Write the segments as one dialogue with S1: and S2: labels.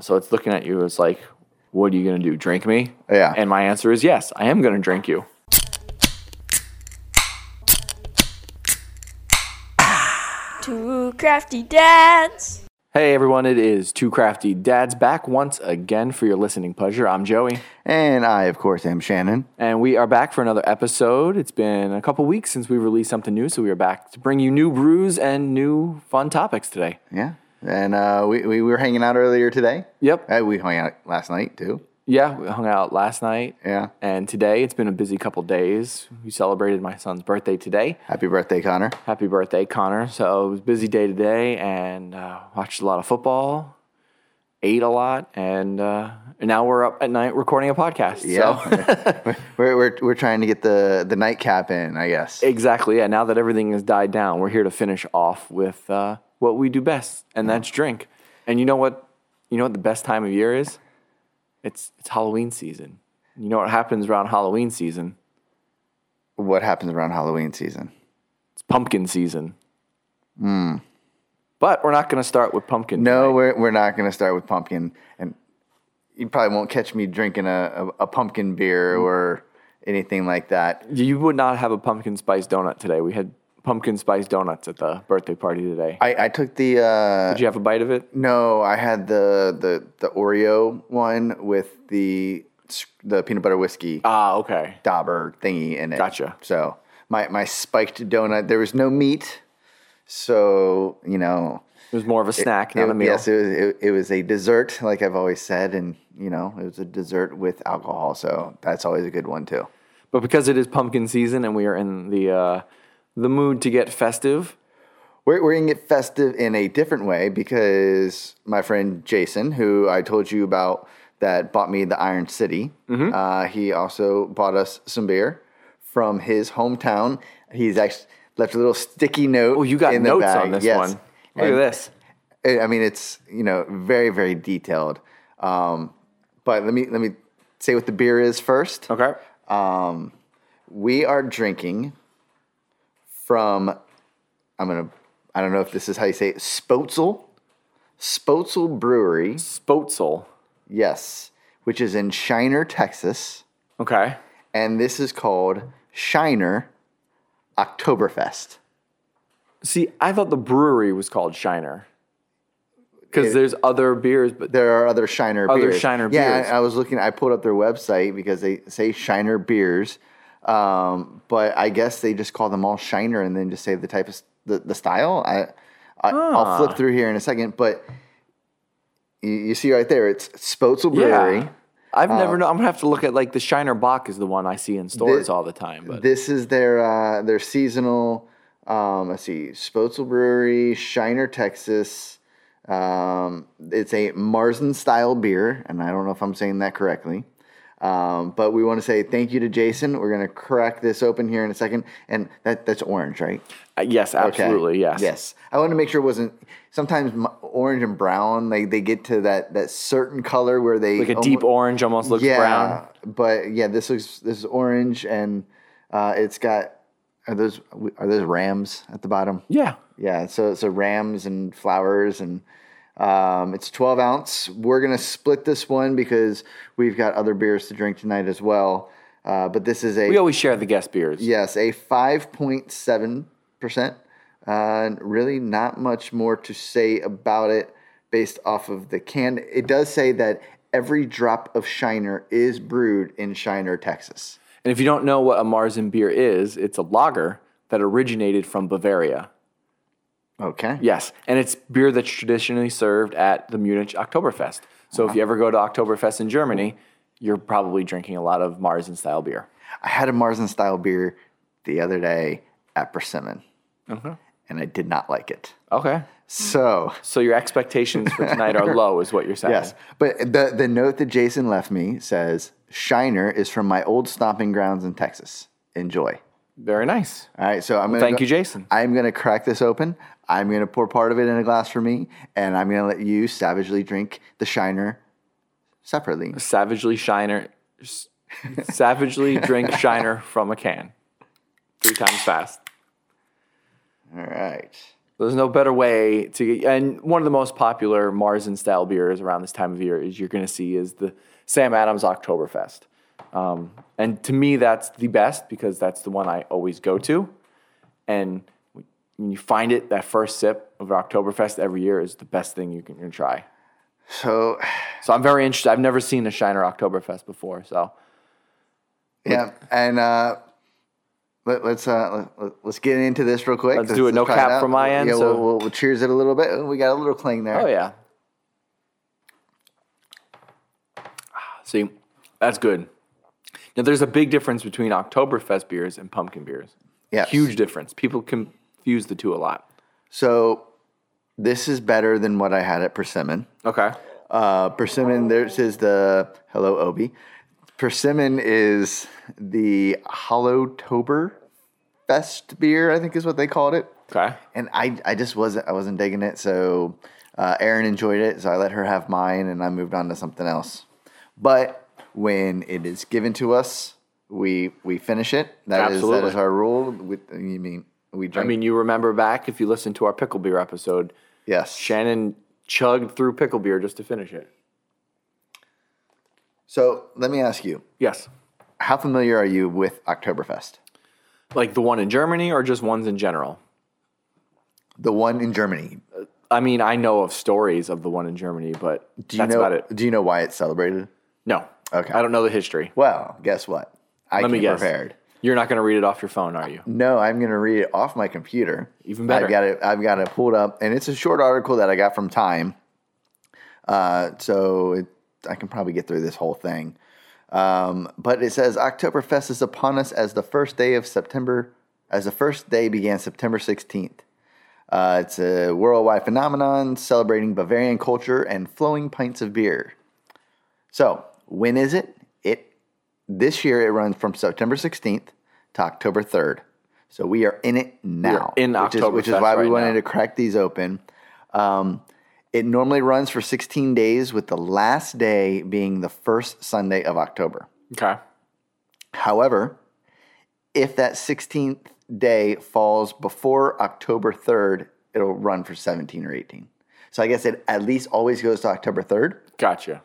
S1: So it's looking at you. It's like, what are you going to do? Drink me?
S2: Yeah.
S1: And my answer is yes, I am going to drink you.
S3: Two crafty dads.
S1: Hey everyone, it is Two Crafty Dads back once again for your listening pleasure. I'm Joey,
S2: And I, of course, am Shannon.
S1: and we are back for another episode. It's been a couple weeks since we released something new, so we are back to bring you new brews and new fun topics today.
S2: Yeah. And uh, we, we were hanging out earlier today.
S1: Yep.
S2: Uh, we hung out last night, too.
S1: Yeah, we hung out last night.
S2: Yeah.
S1: And today, it's been a busy couple days. We celebrated my son's birthday today.
S2: Happy birthday, Connor.
S1: Happy birthday, Connor. So it was a busy day today and uh, watched a lot of football, ate a lot, and, uh, and now we're up at night recording a podcast. So.
S2: we're, we're, we're trying to get the, the nightcap in, I guess.
S1: Exactly. Yeah. Now that everything has died down, we're here to finish off with uh, what we do best, and that's drink. And you know what? You know what the best time of year is? It's it's Halloween season. You know what happens around Halloween season?
S2: What happens around Halloween season?
S1: It's pumpkin season. But we're not going to start with pumpkin.
S2: No,
S1: tonight.
S2: we're, we're not going to start with pumpkin. And you probably won't catch me drinking a, a, a pumpkin beer or anything like that.
S1: you would not have a pumpkin spice donut today. We had pumpkin spice donuts at the birthday party today.
S2: I, I took the. Uh,
S1: Did you have a bite of it?
S2: No, I had the the the Oreo one with the the peanut butter whiskey
S1: Ah, okay.
S2: dauber thingy in it.
S1: Gotcha.
S2: So my my spiked donut. There was no meat, so you know.
S1: It was more of a snack,
S2: it-
S1: not a meal.
S2: Yes, it was, it, it was a dessert, like I've always said, and you know, it was a dessert with alcohol, so that's always a good one too.
S1: But because it is pumpkin season and we are in the uh, the mood to get festive,
S2: We're, we're gonna get festive in a different way because my friend Jason, who I told you about, that bought me the Iron City.
S1: Mm-hmm.
S2: Uh, he also bought us some beer from his hometown. He's actually left a little sticky note.
S1: oh, you got
S2: in the
S1: notes
S2: bag.
S1: on this
S2: Yes.
S1: one. Look at
S2: And-
S1: this.
S2: I I mean, it's you know very very detailed. Um, but let me let me say what the beer is first.
S1: Okay.
S2: Um, we are drinking from. I'm gonna. I don't know if this is how you say it. Spotzel, Spotzel Brewery.
S1: Spotzel.
S2: Yes, which is in Shiner, Texas,
S1: Okay.
S2: and this is called Shiner Oktoberfest.
S1: See, I thought the brewery was called Shiner. Because there's other beers, but
S2: There are other Shiner
S1: Other
S2: beers.
S1: Shiner
S2: yeah,
S1: beers.
S2: I, I was looking. I pulled up their website because they say Shiner beers, um, but I guess they just call them all Shiner and then just say the type of s- the, the style. I, I I'll
S1: Ah.
S2: flip through here in a second, but you, you see right there, it's Spotzel Brewery. Oh.
S1: yeah. I've never known. I'm gonna have to look at like the Shiner Bach is the one I see in stores all the time. But
S2: This is their uh, their seasonal. Um, let's see, Spotzel Brewery, Shiner, Texas. Um, it's a Marzen style beer, and I don't know if I'm saying that correctly. Um, but we want to say thank you to Jason. We're gonna crack this open here in a second, and that that's orange, right?
S1: Uh, yes,
S2: Okay.
S1: absolutely, yes.
S2: Yes. I wanted to make sure it wasn't. Sometimes m- orange and brown, like they get to that that certain color where they
S1: Like a
S2: almo-
S1: deep orange almost looks brown.
S2: but yeah, this looks this is orange and uh, it's got are those are those rams at the bottom?
S1: Yeah.
S2: Yeah, so so rams and flowers and um, it's twelve ounce. We're gonna split this one because we've got other beers to drink tonight as well. Uh, but this is a
S1: We always share the guest beers.
S2: yes a five point seven percent. Uh, Really, not much more to say about it based off of the can. It does say that every drop of Shiner is brewed in Shiner, Texas.
S1: And if you don't know what a Marzen beer is, it's a lager that originated from Bavaria.
S2: Okay.
S1: Yes, and it's beer that's traditionally served at the Munich Oktoberfest. So if you ever go to Oktoberfest in Germany, you're probably drinking a lot of Marzen style beer.
S2: I had a Marzen style beer the other day at Persimmon,
S1: Uh-huh.
S2: and I did not like it.
S1: Okay.
S2: So
S1: So your expectations for tonight are low, is what you're saying.
S2: yes, but the the note that Jason left me says Shiner is from my old stomping grounds in Texas. Enjoy.
S1: Very nice.
S2: All right, so I'm gonna
S1: thank
S2: go-
S1: you, Jason.
S2: I'm gonna crack this open. I'm gonna pour part of it in a glass for me, and I'm gonna let you savagely drink the Shiner separately.
S1: Savagely Shiner, s- savagely drink Shiner from a can, three times fast.
S2: All right,
S1: There's no better way to get. And one of the most popular Marzen style beers around this time of year is you're going to see is the Sam Adams Oktoberfest. Um, and to me, that's the best because that's the one I always go to. And when you find it, that first sip of Oktoberfest every year is the best thing you can, you can try.
S2: So
S1: So I'm very interested. I've never seen a Shiner Oktoberfest before. So
S2: yeah, and uh, let, let's uh, let, let's get into this real quick.
S1: Let's do it. No
S2: try
S1: cap
S2: out.
S1: from my end,
S2: Yeah,
S1: so-
S2: we'll, we'll, we'll cheers it a little bit. Oh, we got a little cling there.
S1: Oh yeah. See, that's good. Now there's a big difference between Oktoberfest beers and pumpkin beers.
S2: Yes.
S1: Huge difference. People confuse the two a lot.
S2: So this is better than what I had at Persimmon.
S1: Okay.
S2: Uh, persimmon, there's is the hello Obi. Persimmon is the Hollowtober Fest beer, I think is what they called it.
S1: Okay.
S2: And I, I just wasn't, I wasn't digging it. So uh, Erin enjoyed it, so I let her have mine, and I moved on to something else. But when it is given to us, we we finish it. That is that
S1: Absolutely.
S2: is our rule. With you mean we
S1: I
S2: drink?
S1: mean, you remember back if you listened to our pickle beer episode,
S2: yes.
S1: Shannon chugged through pickle beer just to finish it.
S2: So let me ask you,
S1: Yes.
S2: how familiar are you with Oktoberfest?
S1: Like the one in Germany or just ones in general?
S2: The one in Germany.
S1: I mean, I know of stories of the one in Germany, but
S2: Do you
S1: that's
S2: know,
S1: about it.
S2: Do you know why it's celebrated?
S1: No.
S2: Okay.
S1: I don't know the history.
S2: Well, guess what? I
S1: Let
S2: came
S1: me guess.
S2: prepared.
S1: You're not going to read it off your phone, are you?
S2: No, I'm going to read it off my computer.
S1: Even better.
S2: I've got it. I've got it pulled up, and it's a short article that I got from Time. Uh, so it, I can probably get through this whole thing. Um, but it says Oktoberfest is upon us as the first day of September, as the first day began September 16th. Uh, it's a worldwide phenomenon celebrating Bavarian culture and flowing pints of beer. So when is it? It this year it runs from September 16th to October 3rd. So we are in it now.
S1: in
S2: which is, which is
S1: Oktoberfest
S2: why we
S1: right
S2: wanted
S1: now.
S2: to crack these open. Um, it normally runs for 16 days, with the last day being the first Sunday of October.
S1: Okay.
S2: However, if that 16th day falls before October 3rd, it'll run for 17 or 18. So I guess it at least always goes to October 3rd.
S1: Gotcha.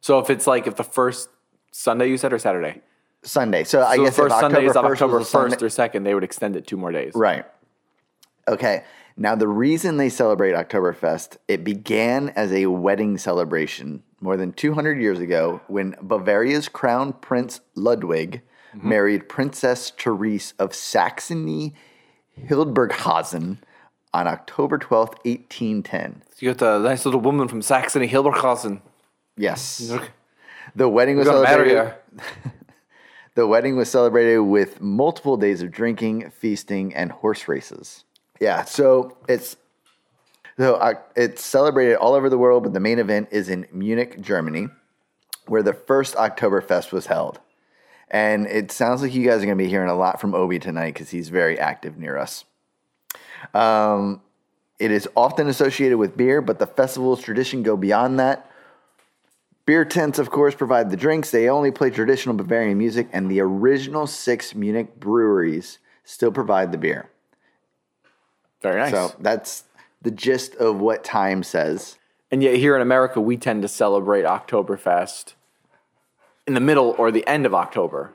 S1: So if it's like if the first Sunday you said or Saturday,
S2: Sunday. So, I
S1: so
S2: guess
S1: the first
S2: if October
S1: Sunday is
S2: 1st was
S1: October
S2: a
S1: first
S2: Sunday-
S1: or second, they would extend it two more days.
S2: Right. Okay. Now, the reason they celebrate Oktoberfest, it began as a wedding celebration more than 200 years ago when Bavaria's Crown Prince Ludwig
S1: Mm-hmm.
S2: married Princess Therese of Saxony Hildburghausen on October 12th, 1810.
S1: You got the nice little woman from Saxony Hilberghausen.
S2: Yes.
S1: Look.
S2: The wedding was
S1: Gonna marry
S2: celebrated.
S1: her.
S2: The wedding was celebrated with multiple days of drinking, feasting, and horse races. Yeah, so it's so uh, it's celebrated all over the world, but the main event is in Munich, Germany, where the first Oktoberfest was held. And it sounds like you guys are going to be hearing a lot from Obi tonight because he's very active near us. Um, it is often associated with beer, but the festival's tradition go beyond that. Beer tents, of course, provide the drinks. They only play traditional Bavarian music, and the original six Munich breweries still provide the beer.
S1: Very nice.
S2: So that's the gist of what time says.
S1: And yet here in America, we tend to celebrate Oktoberfest in the middle or the end of October.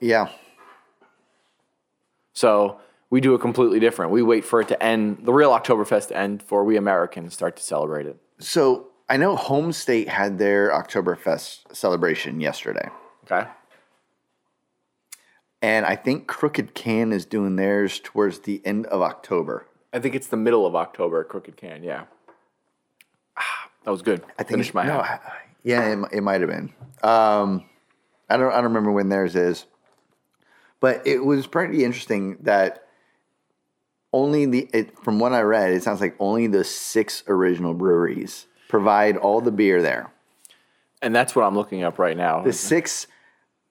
S2: Yeah.
S1: So we do it completely different. We wait for it to end, the real Oktoberfest to end, for we Americans start to celebrate it.
S2: So I know Home State had their Oktoberfest celebration yesterday,
S1: Okay.
S2: and I think Crooked Can is doing theirs towards the end of October.
S1: I think it's the middle of October at Crooked Can. Yeah. Ah, That was good.
S2: I think
S1: Finished my
S2: no,
S1: hat.
S2: I- I- yeah, it, mi- it might have been. Um, I don't I don't remember when theirs is, but it was pretty interesting that only the it, from what I read, it sounds like only the six original breweries provide all the beer there.
S1: And that's what I'm looking up right now.
S2: The six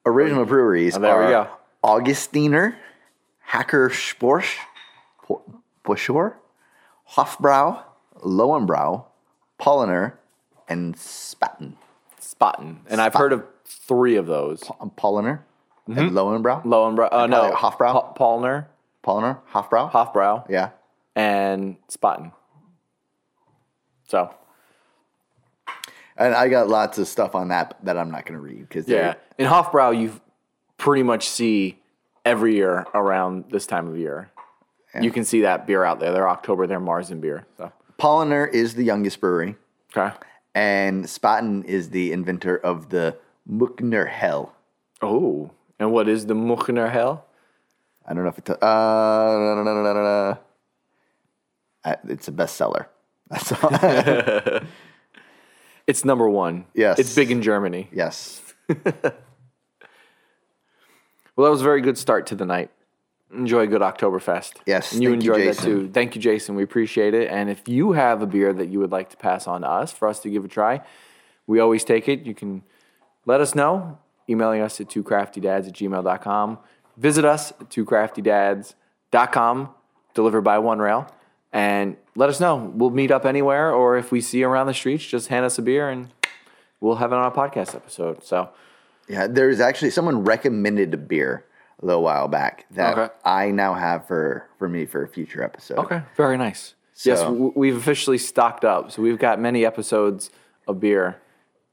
S2: original breweries
S1: Oh, there we
S2: are
S1: go.
S2: Augustiner, Hacker Sporsch, Buschor, Hofbrau, Lowenbrau, Polliner, and Spaten.
S1: Spaten. And I've heard of three of those.
S2: um, Polliner
S1: Mm-hmm.
S2: and Lowenbrau.
S1: Lowenbrow. Uh, no.
S2: Hofbrau?
S1: Pa- Paulner.
S2: Polliner, Hofbrau.
S1: Hofbrow.
S2: yeah.
S1: and Spaten. So
S2: And I got lots of stuff on that that I'm not going to read because
S1: yeah, in Hofbrau you pretty much see every year around this time of year. You can see that beer out there. They're October. They're Marzen beer. So
S2: Polliner is the youngest brewery,
S1: okay.
S2: and Spaten is the inventor of the Muckner Hell.
S1: Oh, and what is the Muchner Hell?
S2: I don't know if it. T- uh, no, no, no, no, no, no. I, it's a bestseller. That's all.
S1: It's number one.
S2: Yes.
S1: it's big in Germany.
S2: yes.
S1: Well, that was a very good start to the night. Enjoy a good Oktoberfest.
S2: Yes,
S1: And you
S2: thank you,
S1: enjoyed that
S2: Jason.
S1: too. Thank you, Jason. We appreciate it. And if you have a beer that you would like to pass on to us for us to give a try, we always take it. You can let us know, emailing us at twocraftydads at gmail.com. Visit us at twocraftydads.com, delivered by One Rail. And let us know. We'll meet up anywhere, or if we see you around the streets, just hand us a beer and we'll have it on a podcast episode. So,
S2: Yeah, there's actually someone recommended a beer a little while back that
S1: Okay.
S2: I now have for for me for a future episode.
S1: Okay, very nice. yes,
S2: So-
S1: w- we've officially stocked up, so we've got many episodes of beer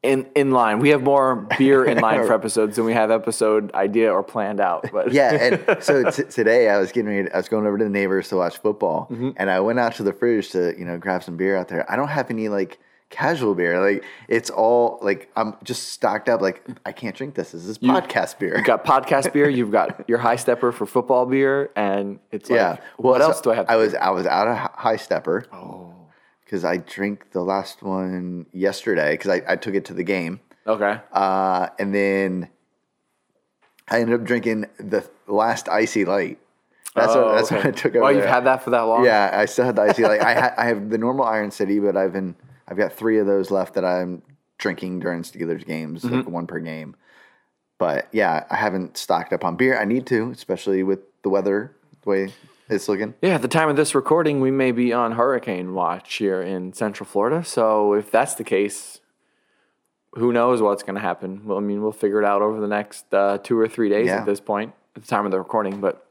S1: in in line. We have more beer in line for episodes than we have episode idea or planned out. But
S2: Yeah, and so t- today I was getting ready. I was going over to the neighbors to watch football,
S1: Mm-hmm.
S2: and I went out to the fridge to you know grab some beer out there. I don't have any like casual beer. Like it's all like I'm just stocked up. Like "Mm, I can't drink this. This is podcast beer.
S1: you've got podcast beer, you've got your high stepper for football beer, and it's like,
S2: yeah.
S1: what
S2: so
S1: else do I have?
S2: I was I was out of hi- high stepper. Oh. Because I drank the last one yesterday. Because I, I took it to the game.
S1: okay,
S2: Uh, and then I ended up drinking the last icy light. That's
S1: Oh,
S2: what that's
S1: okay.
S2: what I took over.
S1: Oh, you've
S2: there.
S1: had that for that long?
S2: Yeah, I still had the icy light. I ha- I have the normal Iron City, but I've been I've got three of those left that I'm drinking during Steelers games, like
S1: Mm-hmm.
S2: one per game. But yeah, I haven't stocked up on beer. I need to, especially with the weather the way it's looking.
S1: Yeah, at the time of this recording, we may be on hurricane watch here in Central Florida. So if that's the case, who knows what's going to happen? Well, I mean, we'll figure it out over the next uh, two or three days
S2: Yeah.
S1: at this point, at the time of the recording. But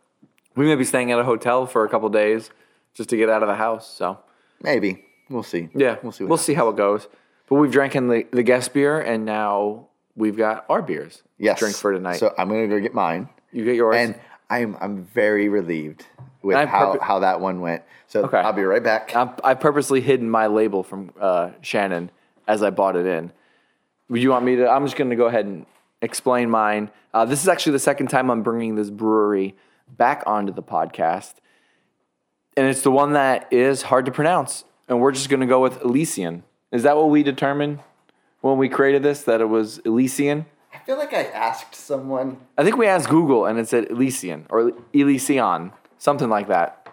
S1: we may be staying at a hotel for a couple days just to get out of the house. So
S2: Maybe we'll see.
S1: yeah,
S2: we'll see. What
S1: we'll see how it goes. But we've drank in the, the guest beer, and now we've got our beers. to
S2: yes.
S1: drink for tonight.
S2: So I'm gonna go get mine.
S1: you get yours.
S2: and I'm I'm very relieved with
S1: I'm
S2: how,
S1: perfect-
S2: how that one went. So
S1: Okay.
S2: I'll be right back.
S1: I, I purposely hidden my label from uh, Shannon as I bought it in. Would You want me to? I'm just going to go ahead and explain mine. Uh, this is actually the second time I'm bringing this brewery back onto the podcast, and it's the one that is hard to pronounce. And we're just going to go with Elysian. Is that what we determined when we created this? That it was Elysian.
S2: I feel like I asked someone.
S1: I think we asked Google and it said Elysian or Elysion, something like that.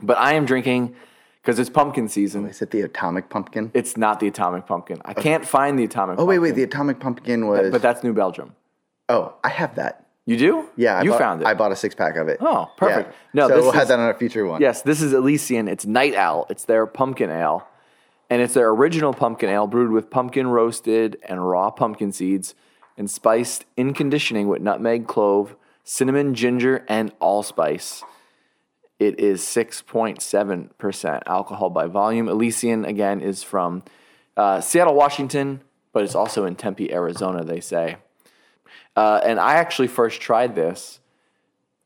S1: But I am drinking because it's pumpkin season.
S2: Is it the atomic pumpkin?
S1: It's not the Atomic Pumpkin. I can't find the Atomic.
S2: oh wait, wait. The atomic pumpkin was.
S1: But that's New Belgium.
S2: oh, I have that.
S1: You do?
S2: Yeah, I
S1: you
S2: bought,
S1: found it.
S2: I bought a six pack of it.
S1: Oh, perfect.
S2: Yeah.
S1: No,
S2: so
S1: this
S2: we'll have
S1: is-
S2: that on a future one.
S1: yes, this is Elysian. It's Night Owl. It's their pumpkin ale, and it's their original pumpkin ale brewed with pumpkin roasted and raw pumpkin seeds, and spiced in conditioning with nutmeg, clove, cinnamon, ginger, and allspice. It is 6.7% alcohol by volume. Elysian, again, is from uh, Seattle, Washington, but it's also in Tempe, Arizona, they say. Uh, and I actually first tried this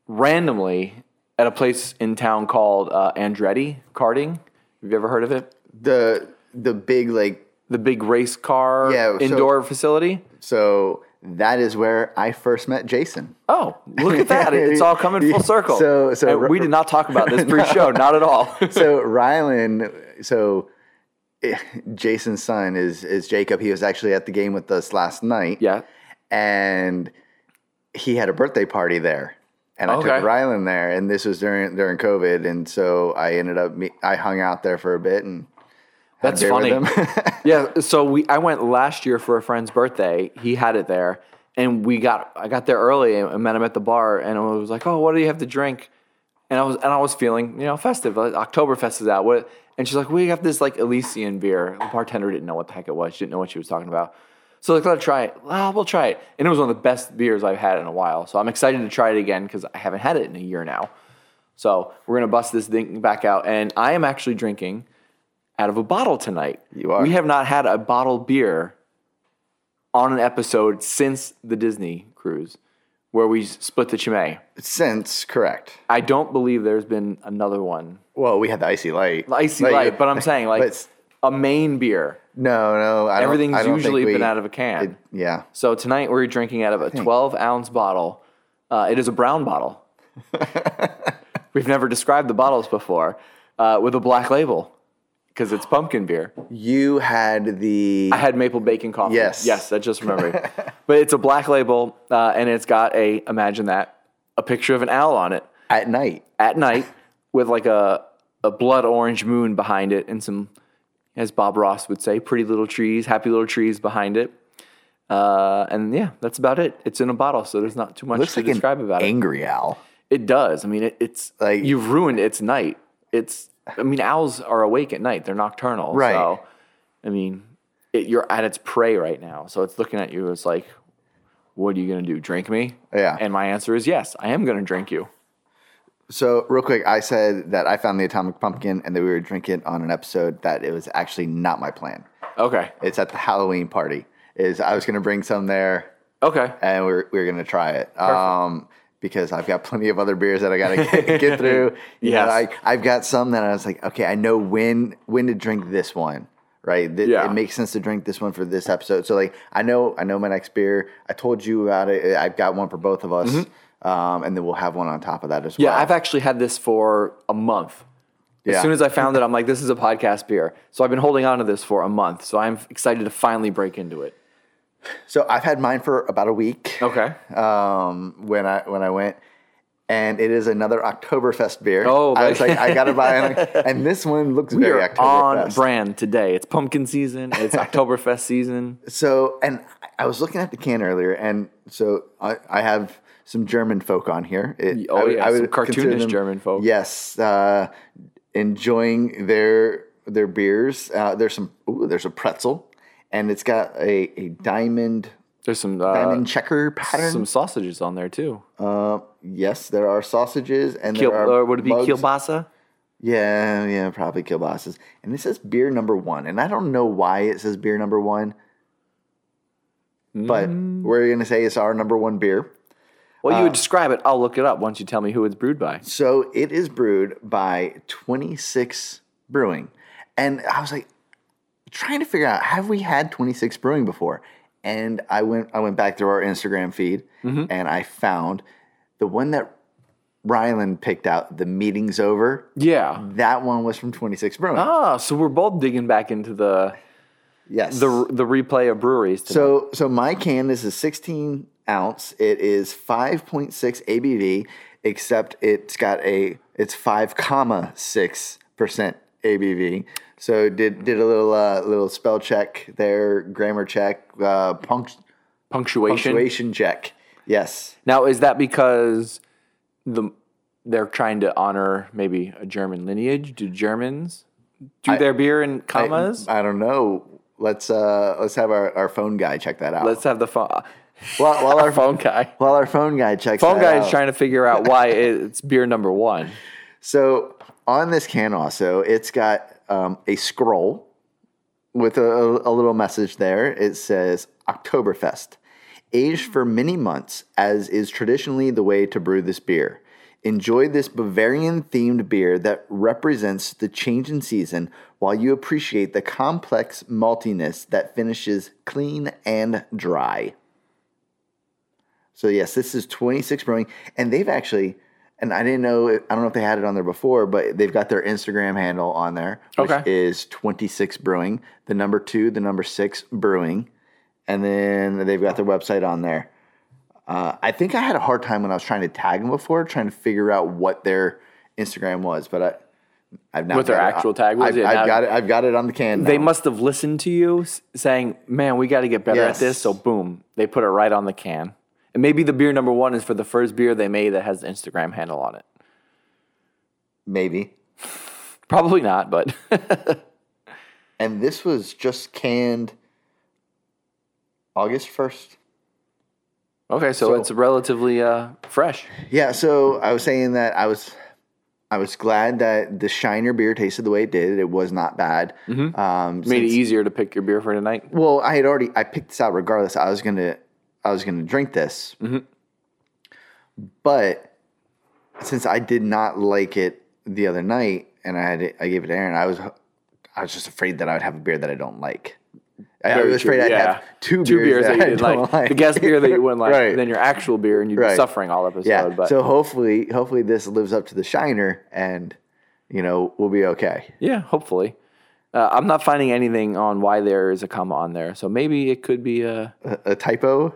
S1: randomly at a place in town called uh, Andretti Karting. Have you ever heard of it?
S2: The the big like
S1: The big race car
S2: Yeah, so-
S1: indoor facility.
S2: so that is where I first met Jason.
S1: Oh, look at that. It's all coming full circle.
S2: So- so-
S1: And we did not talk about this pre show, not at all.
S2: so Rylan, so eh, Jason's son is is Jacob. He was actually at the game with us last night.
S1: yeah.
S2: and he had a birthday party there. And I
S1: Okay.
S2: took Rylan there, and this was during during COVID, and so I ended up me- I hung out there for a bit, and had
S1: That's
S2: a beer
S1: funny.
S2: With him.
S1: Yeah, so we I went last year for a friend's birthday. He had it there, and we got I got there early and met him at the bar, and I was like, "Oh, what do you have to drink?" And I was and I was feeling you know festive. Like, Oktoberfest is out. What? And she's like, "We have this like Elysian beer." The bartender didn't know what the heck it was. She didn't know what she was talking about. So like, let's try it. "Ah, Well, we'll try it. And it was one of the best beers I've had in a while. So I'm excited to try it again because I haven't had it in a year now. So we're gonna bust this thing back out, and I am actually drinking out of a bottle tonight.
S2: You are.
S1: We have not had a bottled beer on an episode since the Disney cruise, where we s- split the Chimay.
S2: Since correct.
S1: I don't believe there's been another one,
S2: Well, we had the icy light.
S1: icy
S2: Like,
S1: light, but I'm saying like
S2: but-
S1: a main beer.
S2: no, no. I don't,
S1: Everything's
S2: I don't think
S1: usually
S2: we-
S1: been out of a can.
S2: it- yeah.
S1: So tonight we're drinking out of a 12 ounce bottle. Uh, it is a brown bottle. We've never described the bottles before uh, with a black label because it's pumpkin beer.
S2: You had the
S1: I had maple bacon coffee.
S2: Yes.
S1: Yes, I just remembered. but it's a black label uh, and it's got a, imagine that, a picture of an owl on it
S2: at night.
S1: at night with like a, a blood orange moon behind it and some, as Bob Ross would say, pretty little trees, happy little trees behind it. Uh, and yeah, that's about it. It's in a bottle, so there's not too much
S2: Looks
S1: to
S2: like
S1: describe
S2: an
S1: about it.
S2: angry owl.
S1: It does. I mean, it, it's
S2: Like-
S1: like you've ruined its night. It's. I mean, owls are awake at night. They're nocturnal.
S2: Right.
S1: So, I mean, it, you're at its prey right now. So it's looking at you. It's like, what are you gonna do? Drink me?
S2: Yeah.
S1: And my answer is yes. I am gonna drink you.
S2: So real quick, I said that I found the atomic pumpkin and that we were drinking on an episode that it was actually not my plan.
S1: Okay.
S2: It's at the Halloween party. Is I was going to bring some there
S1: Okay.
S2: and we are we are going to try it. Um, because I've got plenty of other beers that I got to get, get through. You know,
S1: Yes.
S2: I, I've got some that I was like, okay, I know when when to drink this one, right? Th-
S1: Yeah.
S2: It makes sense to drink this one for this episode. So like, I know I know my next beer. I told you about it. I've got one for both of us, um, and then we'll have one on top of that as
S1: Mm-hmm. Yeah,
S2: well.
S1: I've actually had this for a month. As
S2: Yeah.
S1: soon as I found it, I'm like, this is a podcast beer. So I've been holding on to this for a month. So I'm excited to finally break into it.
S2: So I've had mine for about a week.
S1: Okay.
S2: Um, when I when I went, and it is another Oktoberfest beer.
S1: Oh,
S2: I was
S1: like-
S2: like, I gotta buy it. And this one looks
S1: We
S2: very
S1: are
S2: Oktoberfest.
S1: on brand today. It's pumpkin season. It's Oktoberfest season.
S2: So, and I- I was looking at the can earlier, and so I, I have some German folk on here. It,
S1: Oh,
S2: I would-
S1: yeah,
S2: I
S1: some
S2: would consider
S1: cartoonish German folk.
S2: Yes, uh, enjoying their their beers. Uh, there's some. Ooh, there's a pretzel, and it's got a, a diamond
S1: There's some
S2: diamond
S1: uh,
S2: checker pattern.
S1: some sausages on there too.
S2: Uh, yes, there are sausages and
S1: Kiel,
S2: there are
S1: or would it be
S2: mugs.
S1: kielbasa?
S2: Yeah, yeah, probably kielbasas. And it says beer number one, and I don't know why it says beer number one, but we're gonna say it's our number one beer.
S1: Well,
S2: Uh,
S1: you would describe it. I'll look it up once you tell me who it's brewed by.
S2: So it is brewed by Twenty Six Brewing, and I was like trying to figure out have we had Twenty Six Brewing before? And I went I went back through our Instagram feed and I found the one that Rylan picked out. The meeting's over.
S1: Yeah.
S2: That one was from 26 Brewing.
S1: Ah, so we're both digging back into the
S2: Yes.
S1: the the replay of breweries. Today.
S2: so so my can is a 16 ounce. It is 5.6 ABV, except it's got a it's five comma six percent ABV. So did did a little uh, little spell check there, grammar check, uh, punct-
S1: punctuation.
S2: punctuation check. Yes.
S1: Now, is that because the they're trying to honor maybe a German lineage? Do Germans do their beer in commas?
S2: I don't know. Let's uh let's have our, our phone guy check that out.
S1: Let's have the phone.
S2: while, while
S1: Our
S2: our
S1: phone guy.
S2: while our phone guy checks.
S1: Phone
S2: that
S1: guy
S2: out.
S1: is trying to figure out why it's beer number one.
S2: So on this can also, it's got um, a scroll with a, a little message there. It says Oktoberfest, aged for many months, as is traditionally the way to brew this beer. Enjoy this Bavarian themed beer that represents the change in season while you appreciate the complex maltiness that finishes clean and dry. So yes, this is 26 Brewing, and they've actually, and I didn't know, I don't know if they had it on there before, but they've got their Instagram handle on there, which
S1: Okay.
S2: is 26 Brewing, the number two, the number six Brewing, and then they've got their website on there. Uh, I think I had a hard time when I was trying to tag them before, trying to figure out what their Instagram was, but I. I've not
S1: What their
S2: got it.
S1: actual tag was?
S2: I've,
S1: Yeah,
S2: I've
S1: now-
S2: got it. I've got it on the can.
S1: They
S2: now.
S1: must have listened to you s- saying, "Man, we got to get better
S2: Yes.
S1: at this." So boom, they put it right on the can. And maybe the beer number one is for the first beer they made that has the Instagram handle on it.
S2: maybe.
S1: Probably not, but
S2: and this was just canned August 1st.
S1: okay. So,
S2: So-
S1: it's relatively uh, fresh.
S2: Yeah, so I was saying that I was I was glad that the Shiner beer tasted the way it did. It was not bad. Um,
S1: Mm-hmm. Made it
S2: since-
S1: easier to pick your beer for tonight.
S2: well, I had already I picked this out regardless. I was gonna I was gonna drink this,
S1: Mm-hmm.
S2: but since I did not like it the other night, and I had it, I gave it to Aaron. I was I was just afraid that I would have a beer that I don't like. I- I
S1: Very
S2: was
S1: true,
S2: afraid I'd
S1: yeah.
S2: have two,
S1: Two beers, that
S2: I
S1: you didn't
S2: don't
S1: like, the guest beer that you wouldn't like,
S2: Right.
S1: and then your actual beer, and you'd be
S2: Right.
S1: suffering all episode.
S2: yeah.
S1: But
S2: So hopefully, hopefully this lives up to the Shiner, and you know we'll be okay.
S1: yeah, hopefully. Uh, I'm not finding anything on why there is a comma on there. So maybe it could be a.
S2: A, a typo.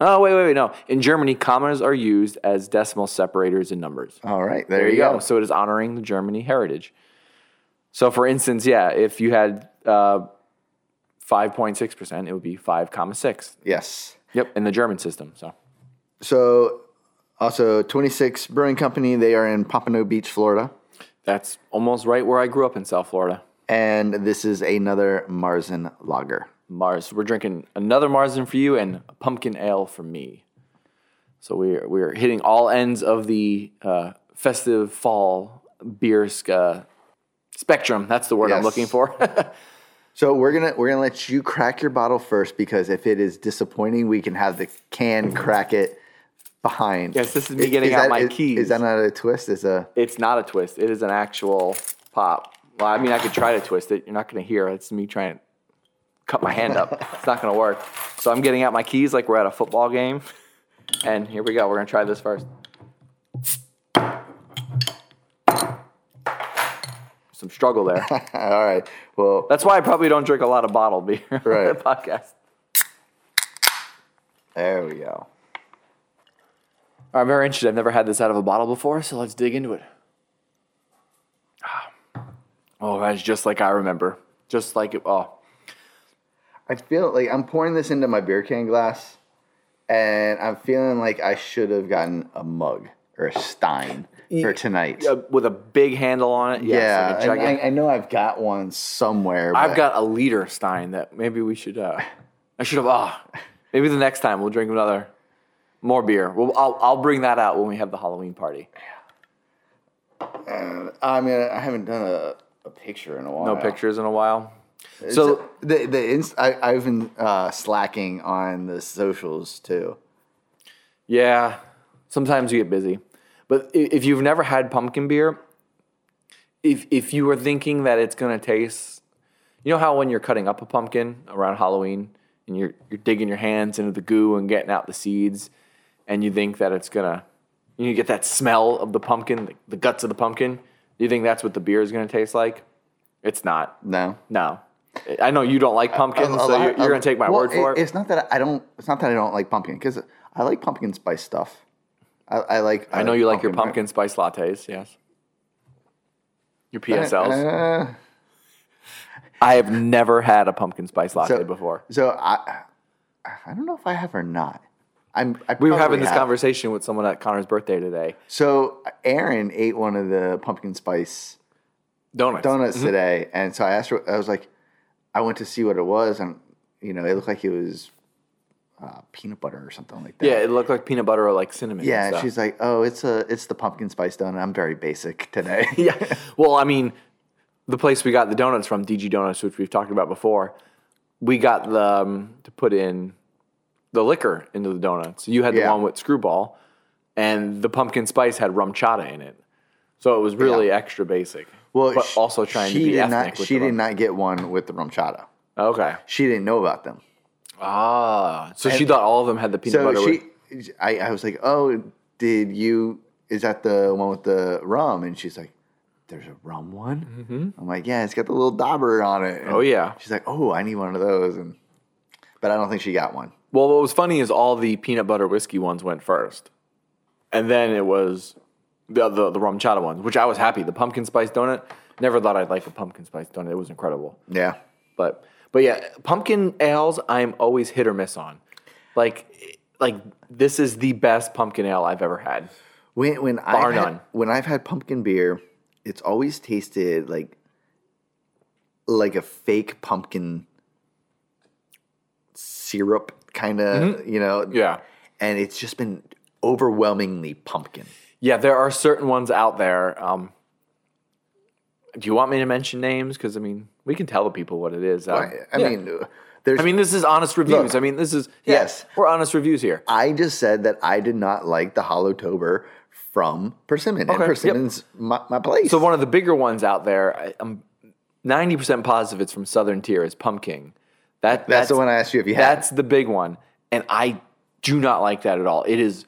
S1: Oh, wait, wait, wait. No. In Germany, commas are used as decimal separators in numbers.
S2: All right, there,
S1: There
S2: you go.
S1: So it is honoring the Germany heritage. So, for instance, yeah, if you had uh, 5.6%, it would be 5, comma 6.
S2: Yes.
S1: Yep, in the German system. So,
S2: So, also 26 Brewing Company, they are in Pompano Beach, Florida.
S1: that's almost right where I grew up in South Florida.
S2: And this is another Marzen lager.
S1: Mars. We're drinking another Marzen for you and a pumpkin ale for me. So we're we're hitting all ends of the uh, festive fall beer sc- uh, spectrum. That's the word I'm
S2: Yes.
S1: looking for.
S2: So we're gonna we're gonna let you crack your bottle first because if it is disappointing, we can have the can crack it behind.
S1: Yes, this is me getting out
S2: that-
S1: my
S2: is-
S1: keys.
S2: Is that not a twist? Is a
S1: it's not a twist. It is an actual pop. Well, I mean, I could try to twist it. You're not going to hear. It's me trying to cut my hand up. It's not going to work. So I'm getting out my keys like we're at a football game. And here we go. We're going to try this first. Some struggle there.
S2: all right? Well,
S1: That's why I probably don't drink a lot of bottled beer on the
S2: Right.
S1: podcast.
S2: there we go.
S1: All right, I'm very interested. I've never had this out of a bottle before, so let's dig into it. Ah. Oh, that's just like I remember. Just like it. Oh.
S2: I feel like I'm pouring this into my beer can glass, and I'm feeling like I should have gotten a mug or a stein for tonight.
S1: uh, with a big handle on it.
S2: Yeah,
S1: Yes,
S2: and
S1: like a
S2: I,
S1: giant-
S2: I know I've got one somewhere. But
S1: I've got a liter Stein that maybe we should. Uh, I should have. Ah, maybe the next time we'll drink another more beer. Well, I'll I'll bring that out when we have the Halloween party.
S2: uh, I mean, I haven't done a, a picture in a while.
S1: No pictures in a while.
S2: So
S1: So
S2: the the inst- I, I've been uh, slacking on the socials too.
S1: yeah, sometimes you get busy. But i- if you've never had pumpkin beer, if if you were thinking that it's gonna taste, you know how when you're cutting up a pumpkin around Halloween and you're you're digging your hands into the goo and getting out the seeds, and you think that it's gonna, you get that smell of the pumpkin, the, the guts of the pumpkin. You think that's what the beer is gonna taste like? It's not.
S2: No.
S1: No, I know you don't like pumpkins,
S2: A- a
S1: so
S2: lot
S1: you're,
S2: of-
S1: you're gonna take my
S2: well,
S1: word for it.
S2: It's not that I don't. It's not that I don't like pumpkin because I like pumpkin spice stuff. I, I like.
S1: I know you like your pumpkin spice lattes, yes. Your PSLs.
S2: Uh,
S1: I have never had a pumpkin spice latte
S2: so,
S1: before.
S2: So I, I don't know if I have or not. I'm. I
S1: We were having this
S2: conversation.
S1: conversation with someone at Connor's birthday today.
S2: So Aaron ate one of the pumpkin spice
S1: Donuts.
S2: donuts today, and so I asked her. I was like, I went to see what it was, and you know, it looked like it was uh, peanut butter or something like that.
S1: Yeah, it looked like peanut butter or like cinnamon. and
S2: yeah. And
S1: stuff.
S2: she's like, "Oh, it's a, it's the pumpkin spice donut." I'm very basic today.
S1: yeah. Well, I mean, the place we got the donuts from, DG Donuts, which we've talked about before, we got the um, to put in the liquor into the donuts. You had the
S2: Yeah.
S1: one with screwball, and the pumpkin spice had rum chata in it, so it was really extra basic.
S2: Well,
S1: but
S2: sh-
S1: also trying to
S2: she
S1: be
S2: did
S1: ethnic.
S2: not.
S1: with
S2: She
S1: the
S2: did
S1: rum.
S2: not get one with the rum chata.
S1: Okay.
S2: She didn't know about them.
S1: Ah, so she thought all of them had the peanut butter.
S2: So
S1: with-
S2: she, I, I was like, "Oh, did you? Is that the one with the rum?" And she's like, "There's a rum one." Mm-hmm. I'm like, "Yeah, it's got the little dauber on it." And
S1: Oh, yeah.
S2: She's like, "Oh, I need one of those," and but I don't think she got one.
S1: Well, what was funny is all the peanut butter whiskey ones went first, and then it was the the, the rum chata ones, which I was happy. The pumpkin spice donut. Never thought I'd like a pumpkin spice donut. It was incredible.
S2: Yeah,
S1: But but yeah, pumpkin ales I'm always hit or miss on. Like like this is the best pumpkin ale I've ever had.
S2: when when
S1: Bar
S2: I
S1: none.
S2: when I've had pumpkin beer, it's always tasted like like a fake pumpkin syrup kind of, you know,
S1: Mm-hmm. Yeah.
S2: and it's just been overwhelmingly pumpkin.
S1: Yeah, there are certain ones out there. Um, do you want me to mention names? Because I mean, we can tell the people what it is. Um,
S2: I, I
S1: yeah.
S2: mean, uh, there's.
S1: I mean, this is honest reviews.
S2: Look.
S1: I mean, this is yeah,
S2: Yes.
S1: we're honest reviews here.
S2: I just said that I did not like the Hollowtober from Persimmon,
S1: Okay,
S2: and
S1: yep.
S2: Persimmon's my, my place.
S1: So one of the bigger ones out there, I, I'm 90% positive it's from Southern Tier is Pumpkin. That
S2: that's, the one I asked you if you had.
S1: That's the big one, and I do not like that at all. It is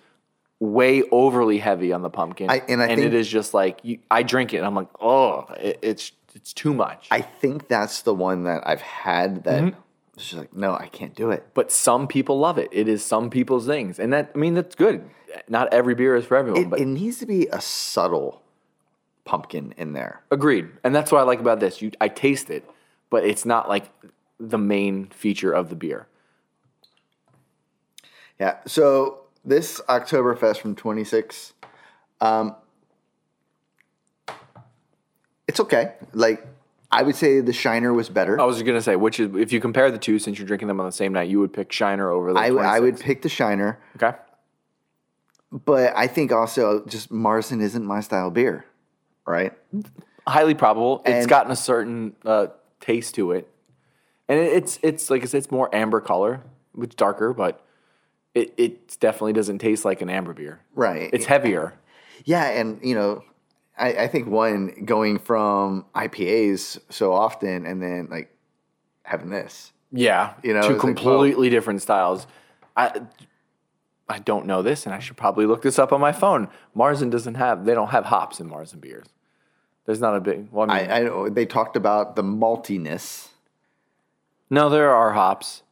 S1: way overly heavy on the pumpkin,
S2: I- and I
S1: it
S2: think-
S1: is just like you, I drink it, and I'm like, oh, it, it's it's too much.
S2: I think that's the one that I've had that.
S1: Mm-hmm.
S2: It's just like, no, I can't do it.
S1: but some people love it. It is some people's things, and that I mean that's good. Not every beer is for everyone,
S2: It,
S1: but
S2: it needs to be a subtle pumpkin in there.
S1: agreed. And that's what I like about this. You, I taste it, but it's not like the main feature of the beer.
S2: Yeah. So this Oktoberfest from 26, um, it's okay. Like, I would say the Shiner was better.
S1: I was just gonna say, which is if you compare the two, since you're drinking them on the same night, you would pick Shiner over the.
S2: I, w- I would
S1: 26.
S2: pick the Shiner,
S1: Okay.
S2: but I think also just Marzen isn't my style beer, right?
S1: highly probable. it's
S2: And-
S1: gotten a certain uh, taste to it, and it, it's it's like I said, it's more amber color, which darker, but it it definitely doesn't taste like an amber beer.
S2: Right.
S1: It's heavier.
S2: Yeah, and you know, I, I think one going from IPAs so often and then like having this.
S1: Yeah,
S2: You know,
S1: two
S2: it's like, oh.
S1: completely different styles. I I don't know this, and I should probably look this up on my phone. Marzen doesn't have they don't have hops in Marzen beers. There's not a big. Well, I mean,
S2: I, I know they talked about the maltiness.
S1: no, there are hops.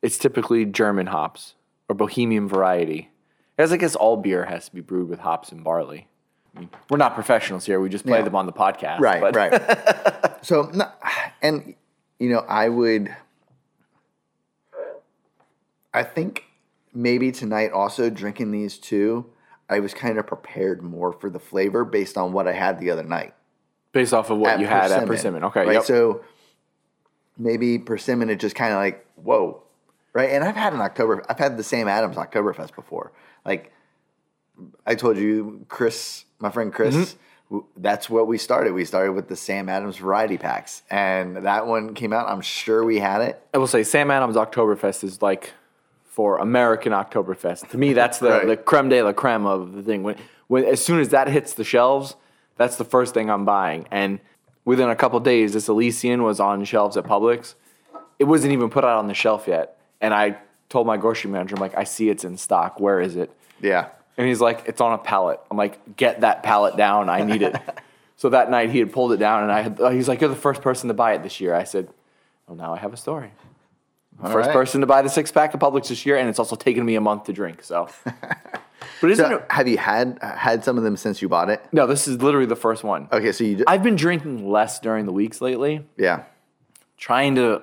S1: It's typically German hops or Bohemian variety. As I guess all beer has to be brewed with hops and barley. I mean, we're not professionals here. We just play
S2: Yeah.
S1: them on the podcast.
S2: Right,
S1: but-
S2: right. so, no, and you know, I would. I think maybe tonight also drinking these two, I was kind of prepared more for the flavor based on what I had the other night.
S1: Based off of what you had at Persimmon. Okay.
S2: Right.
S1: yep.
S2: So maybe Persimmon is just kind of like, whoa. Right. And I've had an October, I've had the same Adams Oktoberfest before. Like I told you, Chris, my friend Chris,
S1: Mm-hmm.
S2: w- that's what we started. We started with the Sam Adams variety packs. And that one came out. I'm sure we had it.
S1: I will say Sam Adams Oktoberfest is like for American Oktoberfest. To me, that's the,
S2: Right.
S1: the creme de la creme of the thing. When, when as soon as that hits the shelves, that's the first thing I'm buying. And within a couple days, this Elysian was on shelves at Publix. It wasn't even put out on the shelf yet. And I told my grocery manager, I'm like, I see it's in stock. Where is it?
S2: Yeah.
S1: And he's like, it's on a pallet. I'm like, get that pallet down. I need it. so that night he had pulled it down and I had, uh, he's like, you're the first person to buy it this year. I said, well, now I have a story. first
S2: right.
S1: person to buy the six pack of Publix this year. And it's also taken me a month to drink. So, but isn't
S2: So
S1: it?
S2: have you had had some of them since you bought it?
S1: No, this is literally the first one.
S2: Okay. So you, d-
S1: I've been drinking less during the weeks lately,
S2: yeah.
S1: trying to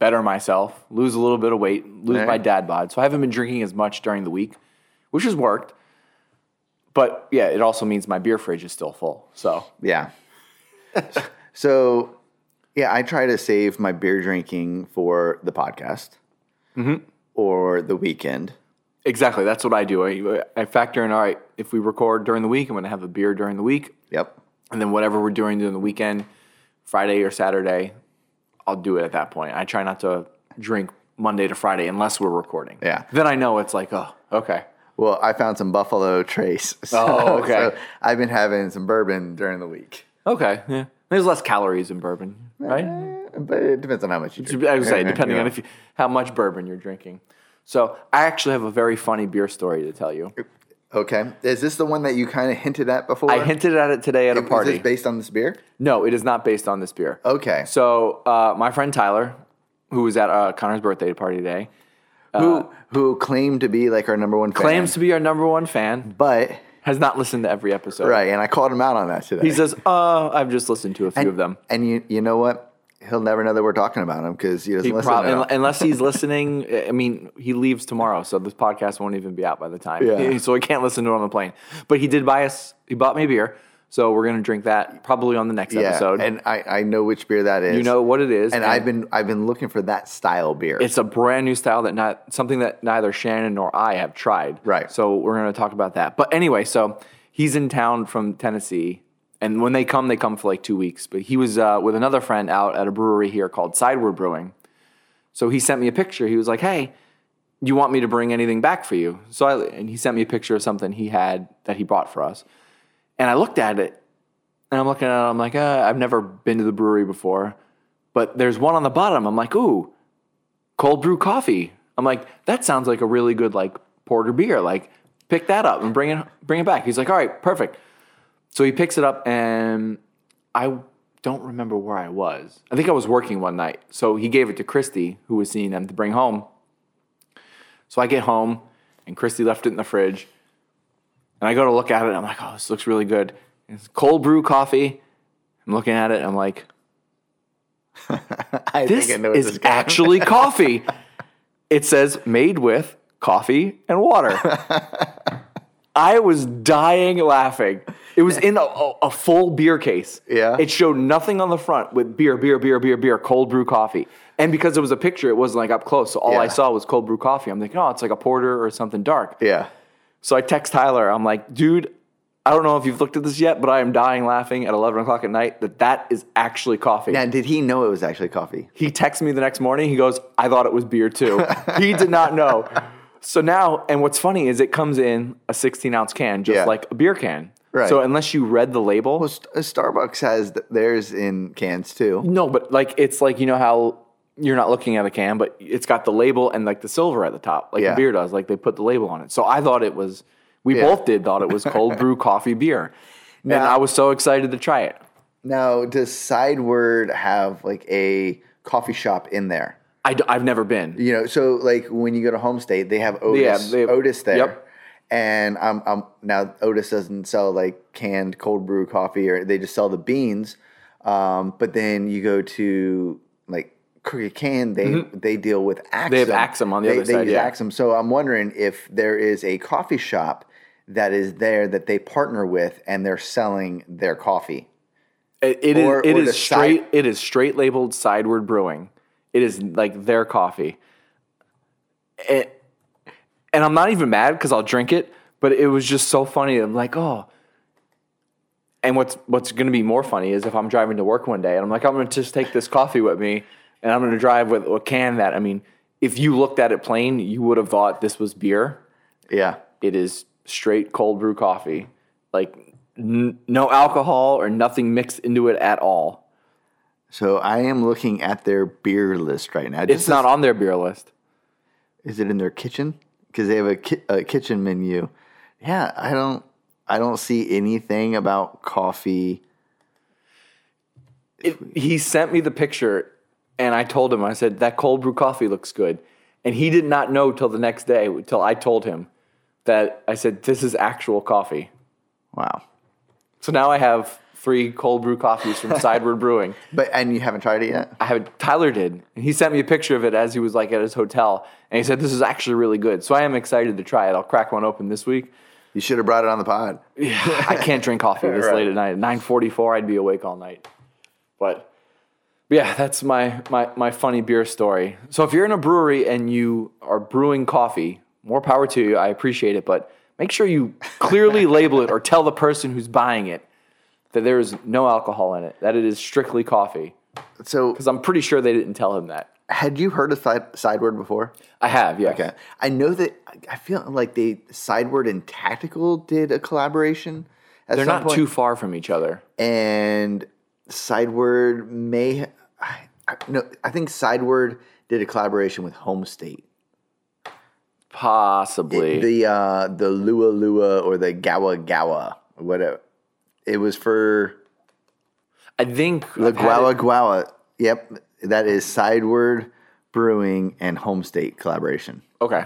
S1: better myself, lose a little bit of weight, lose
S2: Right.
S1: my dad bod. So I haven't been drinking as much during the week, which has worked. But yeah, it also means my beer fridge is still full. So
S2: Yeah. so, yeah, I try to save my beer drinking for the podcast
S1: Mm-hmm.
S2: or the weekend.
S1: Exactly. That's what I do. I, I factor in, all right, if we record during the week, I'm going to have a beer during the week.
S2: Yep.
S1: And then whatever we're doing during the weekend, Friday or Saturday, I'll do it at that point. I try not to drink Monday to Friday unless we're recording.
S2: Yeah.
S1: Then I know it's like, oh, okay.
S2: Well, I found some Buffalo Trace. So,
S1: Oh, okay.
S2: so I've been having some bourbon during the week,
S1: Okay. Yeah. There's less calories in bourbon, right?
S2: but it depends on how much you
S1: I
S2: drink.
S1: would say, depending
S2: Yeah.
S1: on if you, how much bourbon you're drinking. So I actually have a very funny beer story to tell you.
S2: Okay. Is this the one that you kind of hinted at before?
S1: I hinted at it today at a
S2: Is
S1: party.
S2: this based on this beer?
S1: no, it is not based on this beer.
S2: Okay.
S1: So uh, my friend Tyler, who was at uh, Connor's birthday party today,
S2: who who claimed to be like our number one fan,
S1: uh, claims to be our number one fan,
S2: but
S1: has not listened to every episode.
S2: right, and I called him out on that today.
S1: He says, "Uh, I've just listened to a few
S2: and,
S1: of them."
S2: And you you know what? He'll never know that we're talking about him because he doesn't
S1: He
S2: listen.
S1: prob-
S2: to
S1: un- unless he's listening, I mean, he leaves tomorrow, so this podcast won't even be out by the time.
S2: Yeah.
S1: So I can't listen to it on the plane. But he did buy us. He bought me a beer, so we're gonna drink that probably on the next
S2: yeah,
S1: episode.
S2: and I, I know which beer that is.
S1: you know what it is,
S2: and, I've been I've been looking for that style beer.
S1: It's a brand new style that not something that neither Shannon nor I have tried.
S2: Right.
S1: So we're going to talk about that. But anyway, so he's in town from Tennessee, and when they come, they come for like two weeks. But he was uh, with another friend out at a brewery here called Sideward Brewing. So he sent me a picture. He was like, "Hey, you want me to bring anything back for you?" So I and he sent me a picture of something he had that he bought for us, and I looked at it, and I'm looking at it. I'm like, uh, "I've never been to the brewery before." But there's one on the bottom. I'm like, ooh, cold brew coffee. I'm like, that sounds like a really good like porter beer. Like, pick that up and bring it bring it back. He's like, all right, perfect. So he picks it up and I don't remember where I was. I think I was working one night. So he gave it to Christy, who was seeing them to bring home. So I get home and Christy left it in the fridge. And I go to look at it. And I'm like, oh, this looks really good. And It's cold brew coffee. I'm looking at it. I'm like,
S2: I
S1: this
S2: think I know where
S1: is
S2: this is going.
S1: actually coffee. It says made with coffee and water. I was dying laughing. It was in a, a, a full beer case.
S2: Yeah.
S1: It showed nothing on the front with beer, beer, beer, beer, beer, cold brew coffee. And because it was a picture, it wasn't like up close. So all I
S2: Yeah.
S1: saw was cold brew coffee. I'm thinking, oh, it's like a porter or something dark.
S2: Yeah.
S1: So I text Tyler. I'm like, dude, I don't know if you've looked at this yet, but I am dying laughing at 11 o'clock at night that that is actually coffee.
S2: Now, did he know it was actually coffee?
S1: He texts me the next morning. He goes, I thought it was beer too. he did not know. So now, and what's funny is it comes in a 16 ounce can, just
S2: Yeah.
S1: like a beer can.
S2: Right.
S1: So unless you read the label,
S2: Well, St- uh, Starbucks has th- theirs in cans too.
S1: no, but like it's like, you know how you're not looking at a can, but it's got the label and like the silver at the top, like
S2: Yeah.
S1: the beer does. Like they put the label on it. So I thought it was, we
S2: Yeah.
S1: both did thought it was cold brew coffee beer. and
S2: Now-
S1: I was so excited to try it.
S2: Now, does Sideward have like a coffee shop in there?
S1: I, d- I've never been.
S2: You know, so like when you go to Home State, they have Otis,
S1: they-
S2: Otis there.
S1: yep.
S2: And I'm, I'm now Otis doesn't sell like canned cold brew coffee, or they just sell the beans. Um, but then you go to like Crooked Can, they Mm-hmm. they deal with Axum.
S1: have Axum on the
S2: They-
S1: other
S2: they
S1: side,
S2: use
S1: yeah.
S2: Axum. So I'm wondering if there is a coffee shop that is there that they partner with, and they're selling their coffee.
S1: It, it is
S2: Or-
S1: it
S2: or
S1: is
S2: the
S1: straight.
S2: side-
S1: It is straight labeled Sideward Brewing. It is like their coffee. It, and I'm not even mad because I'll drink it. But it was just so funny. I'm like, oh. And what's what's going to be more funny is if I'm driving to work one day and I'm like, I'm going to just take this coffee with me and I'm going to drive with a can that. I mean, if you looked at it plain, you would have thought this was beer.
S2: Yeah.
S1: It is straight cold brew coffee, like n- no alcohol or nothing mixed into it at all.
S2: So I am looking at their beer list right now.
S1: It's not on their beer list.
S2: Is it in their kitchen? Because they have a, ki- a kitchen menu. Yeah, I don't. I don't see anything about coffee.
S1: It, he sent me the picture, and I told him. I said that cold brew coffee looks good, and he did not know till the next day, till I told him that I said this is actual coffee.
S2: Wow.
S1: So now I have three cold brew coffees from Sideward Brewing.
S2: But and you haven't tried it yet.
S1: I have Tyler did, and he sent me a picture of it as he was like at his hotel, and he said this is actually really good. So I am excited to try it. I'll crack one open this week.
S2: You should have brought it on the pod.
S1: I can't drink coffee this
S2: Right.
S1: late at night. At nine forty four, I'd be awake all night. But yeah, that's my, my my funny beer story. So if you're in a brewery and you are brewing coffee, more power to you. I appreciate it, but make sure you clearly label it or tell the person who's buying it that there is no alcohol in it, that it is strictly coffee.
S2: So
S1: Because I'm pretty sure they didn't tell him that.
S2: had you heard of side, sideward before?
S1: I have, yeah.
S2: Okay. I know that. I feel like they sideward and tactical did a collaboration. At
S1: They're
S2: some
S1: not
S2: point.
S1: too far from each other.
S2: and Sideward may I, I- no, I think Sideward did a collaboration with Home State.
S1: Possibly.
S2: The uh, the Lua Lua or the Gawa Gawa, whatever. It was for
S1: I think
S2: the
S1: I've had it-
S2: Guawa Guawa. Yep, that is Sideward Brewing and Home State collaboration.
S1: Okay.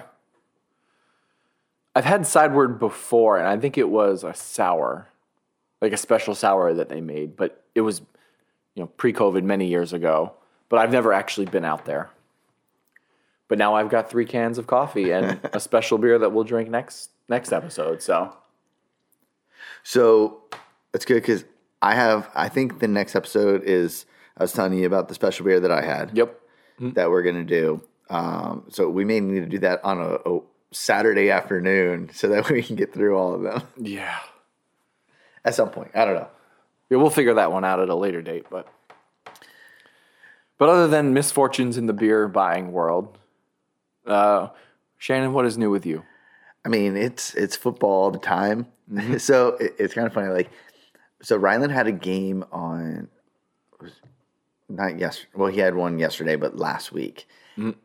S1: I've had sideward before, and I think it was a sour, like a special sour that they made, but it was, you know, pre-COVID many years ago. But I've never actually been out there. But now I've got three cans of coffee and a special beer that we'll drink next next episode. So
S2: So that's good because I have. I think the next episode is I was telling you about the special beer that I had.
S1: yep,
S2: that we're gonna do. Um, so we may need to do that on a, a Saturday afternoon so that we can get through all of them.
S1: yeah.
S2: at some point. I don't know.
S1: Yeah, we'll figure that one out at a later date, but but other than misfortunes in the beer buying world, uh, Shannon, what is new with you?
S2: I mean, it's it's football all the time. so it, it's kind of funny. Like, so Ryland had a game on, was not yesterday. Well, he had one yesterday, but last week.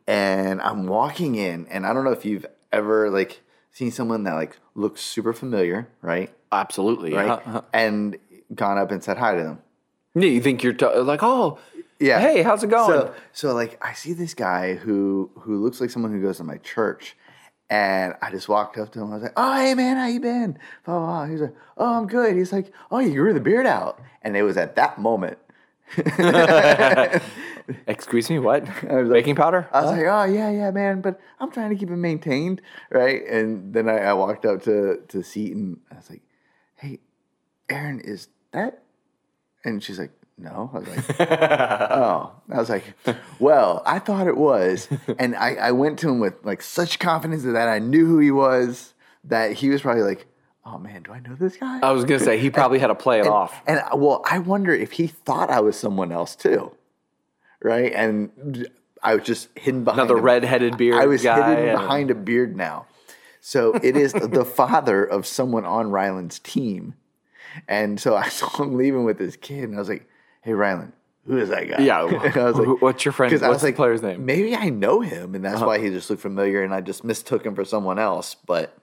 S2: And I'm walking in, and I don't know if you've ever like seen someone that like looks super familiar, right?
S1: Absolutely,
S2: Right,
S1: Uh, uh,
S2: and gone up and said hi to them.
S1: yeah, you think you're t- like, oh,
S2: Yeah.
S1: hey, how's it going?
S2: So, so like I see this guy who who looks like someone who goes to my church, and I just walked up to him. I was like, "Oh, hey man, how you been?" Blah blah. blah. He's like, "Oh, I'm good." He's like, "Oh, you grew the beard out," and it was at that moment
S1: Excuse me, what?
S2: was like-
S1: Baking powder?
S2: I was like, "Oh yeah, yeah, man," but I'm trying to keep it maintained, right? And then I, I walked up to to Seaton. I was like, "Hey, Aaron, is that?" And she's like, "No." I was like, Oh, I was like, well, I thought it was. And I, I went to him with like such confidence that I knew who he was that he was probably like, oh man, do I know this guy?
S1: I was gonna say he probably had to play it
S2: and,
S1: off.
S2: And I- well, I wonder if he thought I was someone else too. Right. And I was just hidden behind
S1: Another
S2: a-
S1: redheaded beard.
S2: I was
S1: guy
S2: hidden
S1: and-
S2: behind a beard now. So it is the father of someone on Ryland's team. And so I saw him leaving with his kid, and I was like, hey, Ryland, who is that guy?
S1: Yeah,
S2: And I was like,
S1: wh- what's your friend-
S2: 'cause I
S1: what's
S2: was
S1: the player's name? Uh-huh.
S2: Maybe I know him, and that's why he just looked familiar, and I just mistook him for someone else, but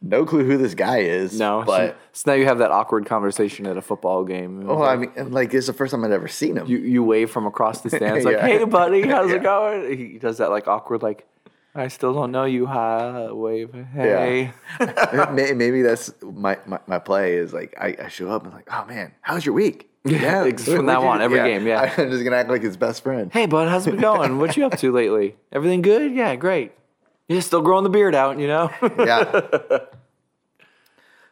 S2: no clue who this guy is.
S1: No, so-
S2: But,
S1: so, now you have that awkward conversation at a football game.
S2: well, Oh, I mean, like, it's the first time I'd ever seen him.
S1: you you wave from across the stands like,
S2: Yeah.
S1: "Hey, buddy, how's
S2: Yeah.
S1: it going?" He does that like awkward like, "I still don't know you." Hi, wave. Hey,
S2: May- Maybe that's my, my, my play is like I, I show up and like, oh man, how's your week?
S1: Yeah,
S2: what-
S1: from
S2: what'd
S1: now
S2: you
S1: on,
S2: do?"
S1: every game, yeah.
S2: I'm just gonna act like his best friend.
S1: hey, bud, how's it going? What you up to lately? Everything good? Yeah, great. Yeah, still growing the beard out, you know.
S2: Yeah.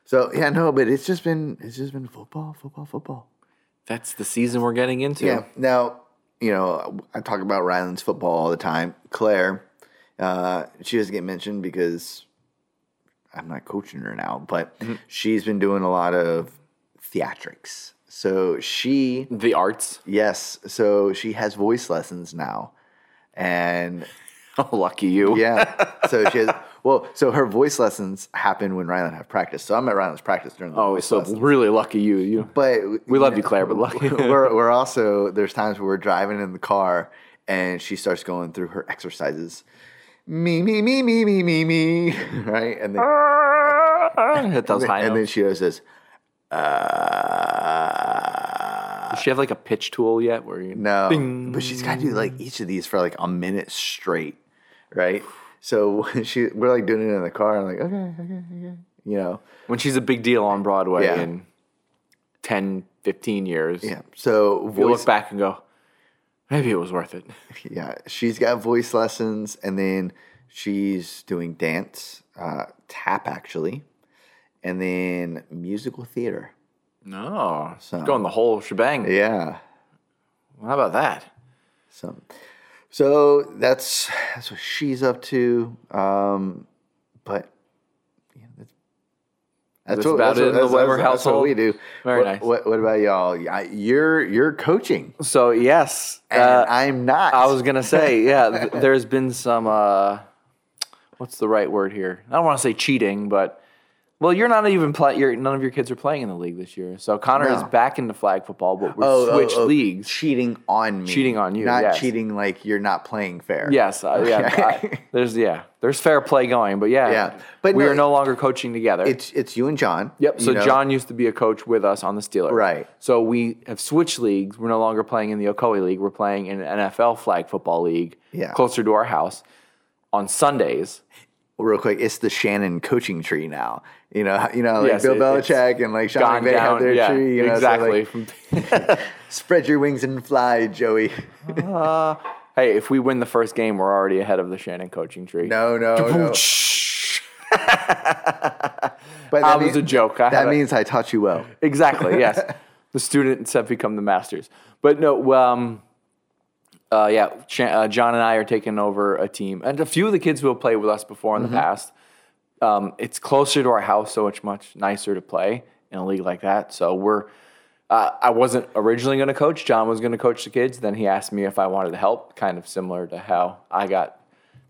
S2: so yeah, no, but it's just been it's just been football, football, football.
S1: That's the season we're getting into.
S2: Yeah. Now, you know, I talk about Ryland's football all the time. Claire, uh, she doesn't get mentioned because I'm not coaching her now, but
S1: Mm-hmm.
S2: she's been doing a lot of theatrics. So she
S1: The arts.
S2: Yes. So she has voice lessons now. And
S1: Oh, lucky you.
S2: yeah. so she has well, so her voice lessons happen when Rylan have practice. So I'm at Rylan's practice during the
S1: Oh,
S2: voice
S1: so
S2: lessons.
S1: really lucky you. You.
S2: But
S1: We love you, Claire, but lucky.
S2: we're we're also there's times where we're driving in the car and she starts going through her exercises. Me, me, me, me, me, me, me. Right? And then
S1: Hit those high
S2: and then
S1: notes.
S2: she always says, uh,
S1: Does she have like a pitch tool yet? Where you
S2: No, but she's got to do like each of these for like a minute straight, right? So she, we're like doing it in the car. I'm like, okay, okay, okay, you know,
S1: when she's a big deal on Broadway
S2: Yeah.
S1: in 10, 15 years.
S2: yeah. So
S1: you
S2: voice,
S1: look back and go, maybe it was worth it.
S2: yeah, she's got voice lessons, and then she's doing dance, uh, tap actually, and then musical theater.
S1: No,
S2: So-
S1: going the whole shebang.
S2: Yeah,
S1: Well, How about that?
S2: so, so that's that's what she's up to. Um, but yeah, that's
S1: That's about it in the Weber
S2: what we
S1: household.
S2: do.
S1: Very
S2: what,
S1: nice.
S2: What, what about y'all? Y- You're you're coaching,
S1: So yes,
S2: and
S1: uh,
S2: I'm not.
S1: I was gonna say yeah. th- there's been some uh, what's the right word here? I don't want to say cheating, but well, you're not even playing. None of your kids are playing in the league this year. So Connor is
S2: No.
S1: back into flag football, but we
S2: Oh, oh,
S1: switched
S2: oh,
S1: leagues.
S2: cheating on me,
S1: Cheating on you,
S2: not
S1: yes.
S2: cheating like you're not playing fair.
S1: Yes, uh, yeah.
S2: Okay.
S1: I- there's yeah. There's fair play going, but yeah,
S2: Yeah, but
S1: we
S2: no,
S1: are no longer coaching together.
S2: it's it's you and John.
S1: Yep.
S2: you
S1: So
S2: know?
S1: John used to be a coach with us on the Steelers.
S2: Right.
S1: So we have switched leagues. We're no longer playing in the Okoe League. We're playing in an NFL flag football league
S2: Yeah.
S1: closer to our house on Sundays.
S2: real quick, it's the Shannon coaching tree now. You know, you know, like
S1: Yes,
S2: Bill
S1: it- it's
S2: Belichick and like Sean
S1: Gone
S2: McVay
S1: down.
S2: had their
S1: yeah,
S2: tree. You know, so, like,
S1: exactly. From-
S2: Spread your wings and fly, Joey.
S1: hey, if we win the first game, we're already ahead of the Shannon coaching tree.
S2: No, no, no. But
S1: That was a joke. I had
S2: that
S1: a-
S2: means I taught you well.
S1: Exactly. Yes. the students have become the masters. But no, um, uh, yeah, Ch- uh, John and I are taking over a team, and a few of the kids who have played with us before in the past. Um, it's closer to our house, so it's much nicer to play. in a league like that. So we're. Uh, I wasn't originally going to coach. John was going to coach the kids. Then he asked me if I wanted to help, kind of similar to how I got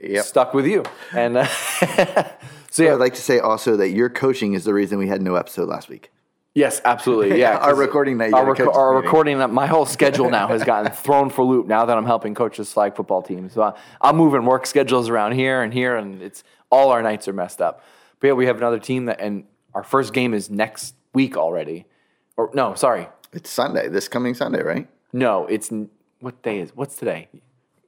S2: Yep.
S1: stuck with you. And uh, so yeah,
S2: I'd like to say also that your coaching is the reason we had no episode last week.
S1: Yes, absolutely. Yeah,
S2: Our
S1: 'cause
S2: recording night, you
S1: Our,
S2: had a
S1: reco-
S2: coaches
S1: our
S2: meeting.
S1: recording. My whole schedule now has gotten thrown for loop. Now that I'm helping coach this flag football team, so I, I'm moving work schedules around here and here, and it's all our nights are messed up. But yeah, we have another team that, and our first game is next week already. Or no, sorry,
S2: It's Sunday, this coming Sunday, right?
S1: no, it's n- what day is? What's today?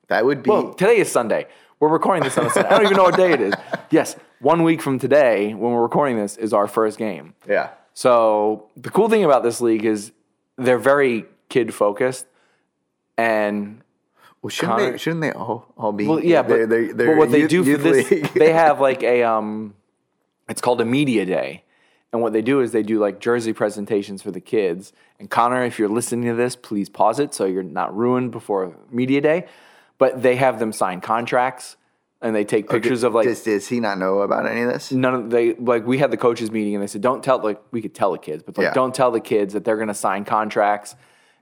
S2: That would be
S1: Well, today is Sunday. We're recording this on a Sunday. I don't even know what day it is. Yes, one week from today, when we're recording this, is our first game.
S2: yeah.
S1: So the cool thing about this league is they're very kid focused, and
S2: Well, shouldn't they,
S1: Connor-
S2: shouldn't they all all be?
S1: well, yeah, but,
S2: they're- they're-
S1: but what they
S2: youth-
S1: do for
S2: youth
S1: this,
S2: league.
S1: they have like a um, it's called a media day, and what they do is they do like jersey presentations for the kids. And Connor, if you're listening to this, please pause it so you're not ruined before media day. But they have them sign contracts, and they take pictures of like
S2: does, does he not know about any of this?
S1: none of they like we had the coaches meeting and they said don't tell like we could tell the kids but like
S2: Yeah.
S1: don't tell the kids that they're going to sign contracts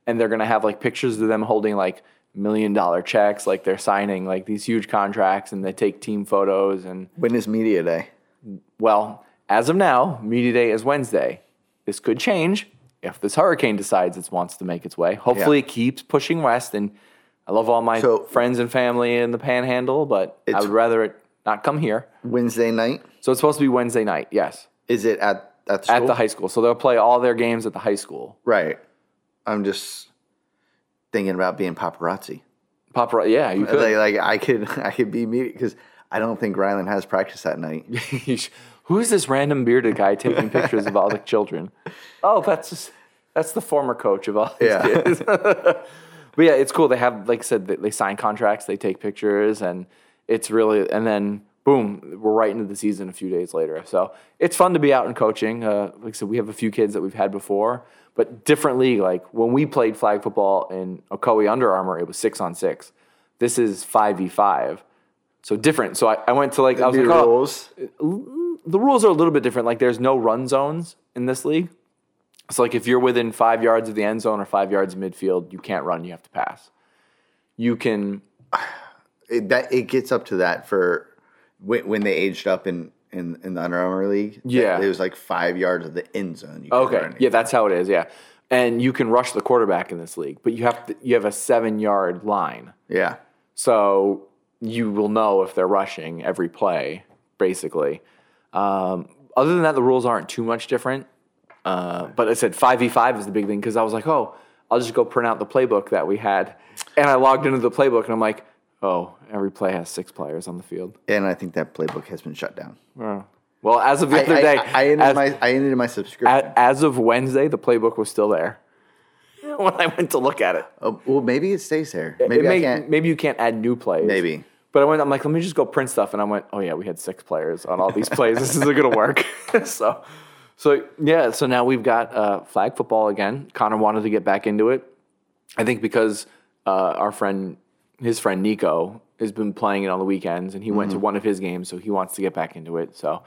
S1: and they're going to have like pictures of them holding like million dollar checks like they're signing like these huge contracts and they take team photos and
S2: When is media day?
S1: well as of now media day is Wednesday this could change if this hurricane decides it wants to make its way hopefully it keeps pushing west and I love all my
S2: So-
S1: friends and family in the panhandle but I
S2: It's-
S1: would rather it not come here
S2: Wednesday night?
S1: so it's supposed to be Wednesday night yes
S2: Is it at at the
S1: at
S2: school?
S1: the high school. So they'll play all their games at the high school.
S2: right? I'm just thinking about being paparazzi.
S1: Papa, yeah, you could.
S2: Like, like I could I could be media because I don't think Rylan has practice that night.
S1: You sh- Who is this random bearded guy taking pictures of all the children? Oh, that's just, that's the former coach of all these
S2: Yeah.
S1: kids. but yeah, it's cool. They have, like I said, they, they sign contracts, they take pictures, and it's really, and then boom, we're right into the season a few days later. So it's fun to be out and coaching. Uh, like I said, we have a few kids that we've had before, but different league. Like when we played flag football in Ocoee Under Armour, it was six on six. This is 5v5. So different. So I, I went to like, I was
S2: New
S1: like, oh,
S2: rules.
S1: the rules are a little bit different. Like there's no run zones in this league. So like if you're within five yards of the end zone or five yards of midfield, you can't run. You have to pass. You can
S2: It, that it gets up to that for when, when they aged up in in, in the Under Armour league.
S1: Yeah.
S2: it was like five yards of the end zone. You could
S1: okay
S2: run.
S1: yeah that's how it is yeah, and you can rush the quarterback in this league, but you have to you have a seven yard line,
S2: yeah.
S1: so you will know if they're rushing every play basically. Um, other than that, the rules aren't too much different. Uh, but I said 5v5 is the big thing because I was like, oh, I'll just go print out the playbook that we had. And I logged into the playbook and I'm like, oh, every play has six players on the field.
S2: And I think that playbook has been shut down.
S1: Well, as of the
S2: I,
S1: other
S2: I-
S1: day,
S2: I ended
S1: as,
S2: my I ended my subscription.
S1: a- as of Wednesday, the playbook was still there when I went to look at it.
S2: oh, well, maybe it stays there. Maybe
S1: It
S2: I
S1: may-
S2: can't.
S1: maybe you can't add new plays.
S2: Maybe.
S1: But I went, I'm like, let me just go print stuff. And I went, oh, yeah, we had six players on all these plays. This isn't going to work. so, so, yeah, so now we've got uh, flag football again. Connor wanted to get back into it. I think because uh, our friend, his friend Nico, has been playing it on the weekends and he went to
S2: Mm-hmm.
S1: one of his games. So he wants to get back into it. So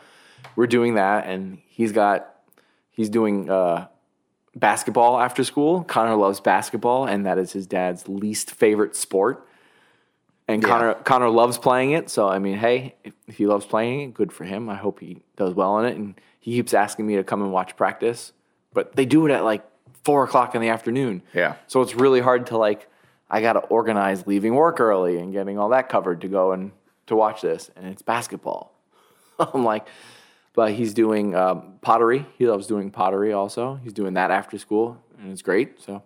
S1: we're doing that. And he's got, he's doing, uh, basketball after school. Connor loves basketball, and that is his dad's least favorite sport. And Connor Connor loves playing it. So I mean, hey, if, if he loves playing it, good for him. I hope he does well in it. And he keeps asking me to come and watch practice, but they do it at like four o'clock in the afternoon.
S2: Yeah.
S1: So it's really hard to like. I got to organize leaving work early and getting all that covered to go and to watch this, and it's basketball. I'm like, but he's doing um, pottery. He loves doing pottery also. He's doing that after school, and it's great. So,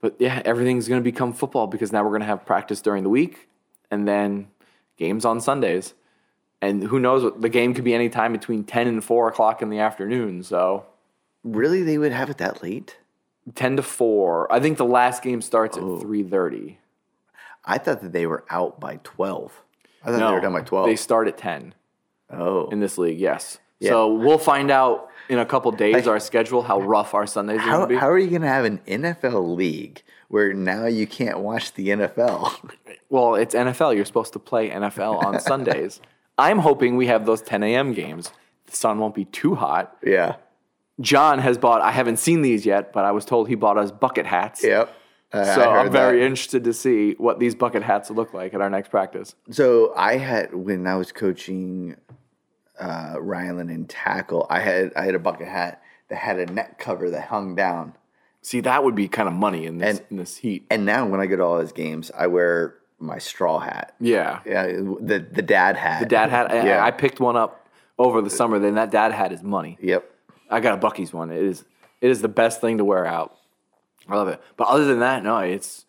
S1: but yeah, everything's going to become football because now we're going to have practice during the week and then games on Sundays. And who knows? what- The game could be any time between 10 and 4 o'clock in the afternoon. So,
S2: really, they would have it that late.
S1: 10 to 4. I think the last game starts at 3.30.
S2: I thought that they were out by twelve. I thought they were done by twelve.
S1: They start at 10
S2: oh,
S1: in this league, yes. So we'll find out in a couple days our schedule, how rough our Sundays are going
S2: how,
S1: to be.
S2: how are you going to have an NFL league where now you can't watch the NFL?
S1: Well, it's NFL. You're supposed to play NFL on Sundays. I'm hoping we have those 10 a.m. games. The sun won't be too hot.
S2: yeah,
S1: John has bought. I haven't seen these yet, but I was told he bought us bucket hats.
S2: Yep. I- I
S1: So
S2: heard
S1: I'm very
S2: that.
S1: interested to see what these bucket hats look like at our next practice.
S2: So I had when I was coaching uh, Ryland in tackle, I had I had a bucket hat that had a neck cover that hung down.
S1: See, that would be kind of money in this
S2: And-
S1: in this heat.
S2: And now when I go to all his games, I wear my straw hat.
S1: yeah.
S2: Yeah, the the dad hat.
S1: The dad hat. I,
S2: Yeah.
S1: I picked one up over the summer. Then that dad hat is money.
S2: Yep.
S1: I got a Bucky's one. It is it is the best thing to wear out. I love it. But other than that, no, it's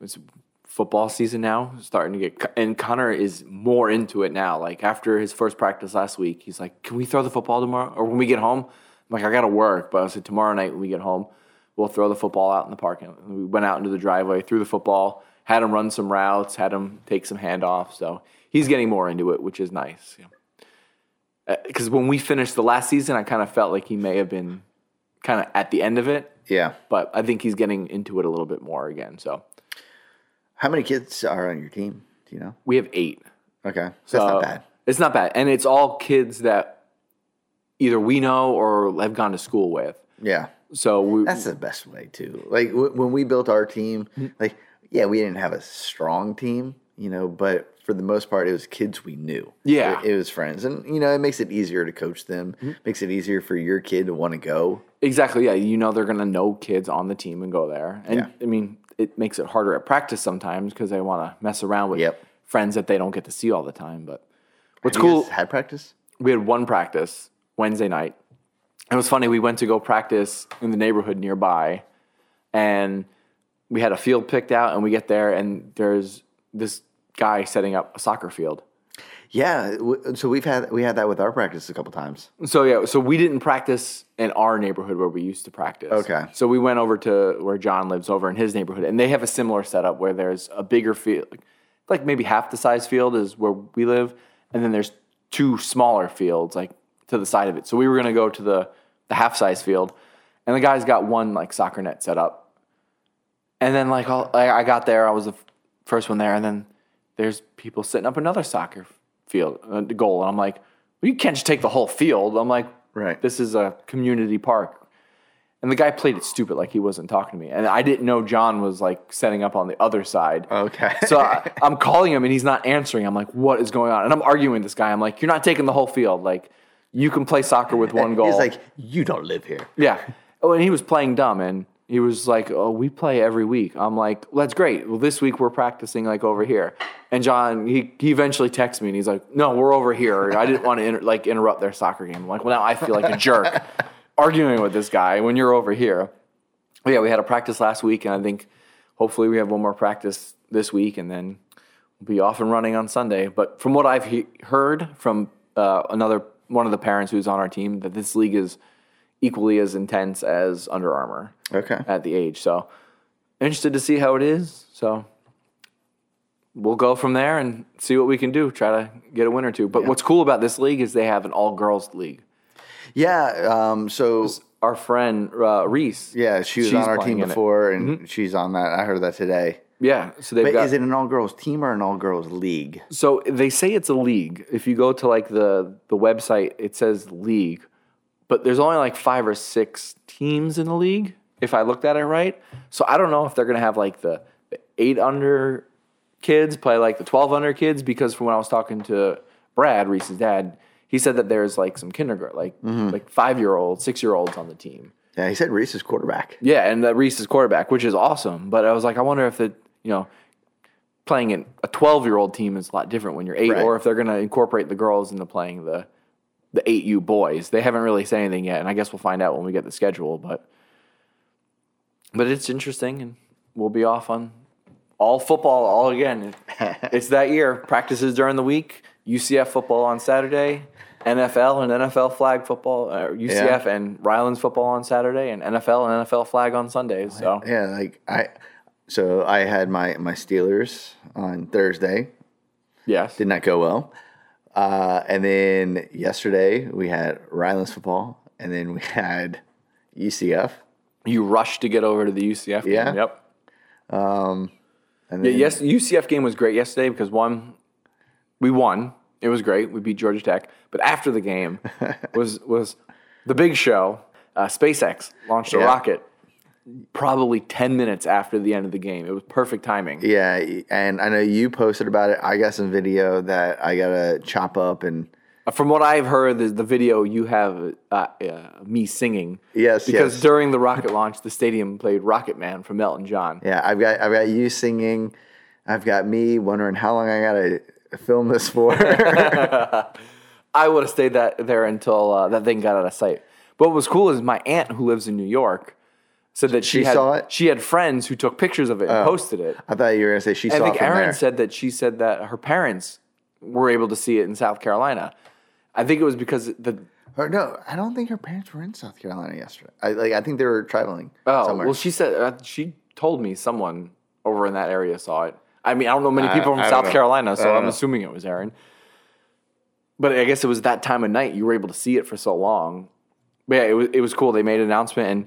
S1: it's football season now, starting to get and Connor is more into it now. Like after his first practice last week, he's like, "Can we throw the football tomorrow or when we get home?" I'm like, "I got to work," but I said, "Tomorrow night when we get home, we'll throw the football out in the parking." And we went out into the driveway, threw the football, had him run some routes, had him take some handoffs. So he's getting more into it, which is nice. Yeah because when we finished the last season, I kind of felt like he may have been kind of at the end of it,
S2: Yeah.
S1: but I think he's getting into it a little bit more again. So
S2: How many kids are on your team? Do you know?
S1: we have eight.
S2: Okay,
S1: So
S2: so that's not bad.
S1: It's not bad, and it's all kids that either we know or have gone to school with.
S2: Yeah.
S1: So we,
S2: That's the best way too. Like w- when we built our team,
S1: Mm-hmm.
S2: like yeah, we didn't have a strong team, you know, but for the most part, it was kids we knew.
S1: Yeah. Mm-hmm.
S2: it, it was friends, and you know, it makes it easier to coach them. Makes it easier for your kid to want to go.
S1: Exactly. Yeah, you know they're gonna know kids on the team and go there, and I mean it makes it harder at practice sometimes because they want to mess around with
S2: Yep.
S1: friends that they don't get to see all the time. But what's
S2: Have you
S1: cool?
S2: guys Had practice.
S1: we had one practice Wednesday night. It was funny. We went to go practice in the neighborhood nearby, and we had a field picked out. And we get there, and there's this guy setting up a soccer field.
S2: Yeah, w- so we've had we had that with our practice a couple times.
S1: So yeah, so we didn't practice in our neighborhood where we used to practice.
S2: Okay.
S1: So we went over to where John lives over in his neighborhood, and they have a similar setup where there's a bigger field, like maybe half the size field is where we live, and then there's two smaller fields like to the side of it. So we were gonna go to the the half size field, and the guy's got one like soccer net set up, and then like all, I, I got there, I was the f- first one there, and then there's people setting up another soccer f- field uh, goal, and I'm like, well, you can't just take the whole field. I'm like,
S2: Right.
S1: This is a community park, and the guy played it stupid, like he wasn't talking to me, and I didn't know John was like setting up on the other side.
S2: Okay,
S1: So I, I'm calling him and he's not answering. I'm like, what is going on? And I'm arguing with this guy. I'm like, you're not taking the whole field. Like, you can play soccer with one goal.
S2: He's like, you don't live here.
S1: Yeah. Oh, and he was playing dumb, and he was like, "Oh, we play every week." I'm like, well, "That's great. Well, this week we're practicing like over here." And John, he he eventually texts me, and he's like, "No, we're over here. I didn't want to inter- like interrupt their soccer game." I'm like, well, now I feel like a jerk arguing with this guy when you're over here. But yeah, we had a practice last week, and I think hopefully we have one more practice this week, and then we'll be off and running on Sunday. But from what I've he- heard from uh, another one of the parents who's on our team, that this league is equally as intense as Under Armour
S2: Okay,
S1: at the age. So interested to see how it is. So we'll go from there and see what we can do. Try to get a win or two. But what's cool about this league is they have an all girls league.
S2: yeah. Um, so
S1: Our friend uh, Reese.
S2: yeah, she was
S1: she's
S2: on our
S1: playing
S2: team
S1: in it.
S2: before, and she's on that. I heard that today.
S1: Yeah. So they've
S2: But
S1: got.
S2: is it an all girls team or an all girls league?
S1: so they say it's a league. If you go to like the the website, it says league, but there's only like five or six teams in the league. If I looked at it right, so I don't know if they're gonna have like the, the eight under kids play like the twelve under kids because from when I was talking to Brad Reese's dad, he said that there's like some kindergarten, like like five year olds, six year olds on the team.
S2: Yeah, he said Reese is quarterback.
S1: Yeah, and that Reese is quarterback, which is awesome. But I was like, I wonder if the you know playing in a twelve year old team is a lot different when you're eight,
S2: Right.
S1: or if they're going to incorporate the girls into playing the the eight U boys. They haven't really said anything yet, and I guess we'll find out when we get the schedule. But but it's interesting, and we'll be off on all football all again. it's that year. Practices during the week. UCF football on Saturday. NFL and NFL flag football, or UCF and Rylands football on Saturday, and NFL and NFL flag on Sundays. So
S2: Yeah, like I. So I had my my Steelers on Thursday.
S1: yes,
S2: Did not go well. Uh, and then yesterday we had Rylands football, and then we had UCF.
S1: you rushed to get over to the UCF game.
S2: Yeah.
S1: Yep.
S2: And
S1: Yeah,
S2: then,
S1: yes, UCF game was great yesterday because one, we won. It was great. We beat Georgia Tech. But after the game was was the big show. uh, SpaceX launched a
S2: Yeah.
S1: rocket probably 10 minutes after the end of the game. It was perfect timing.
S2: Yeah, and I know you posted about it. I got some video that I gotta chop up and
S1: Uh, From what I've heard, the, the video you have uh, uh, me singing.
S2: Yes,
S1: Because
S2: yes.
S1: during the rocket launch, the stadium played Rocket Man from Elton John.
S2: yeah, I've got I've got you singing. I've got me wondering how long I gotta film this for.
S1: I would have stayed that there until uh, that thing got out of sight. But what was cool is my aunt, who lives in New York, said that she,
S2: She
S1: had,
S2: saw it?
S1: She had friends who took pictures of it and posted it.
S2: I thought you were gonna say she
S1: I
S2: saw it
S1: think
S2: from
S1: Erin
S2: there.
S1: said that she said that her parents were able to see it in South Carolina. I think it was because the
S2: Or no, I don't think her parents were in South Carolina yesterday. I like I think they were traveling
S1: oh
S2: somewhere.
S1: well she said uh, she told me someone over in that area saw it. I mean I don't know many people
S2: I
S1: from
S2: don't
S1: South
S2: know.
S1: Carolina, so
S2: don't
S1: I'm
S2: know.
S1: assuming it was Erin. But I guess it was that time of night you were able to see it for so long. But yeah, it was it was cool. They made an announcement and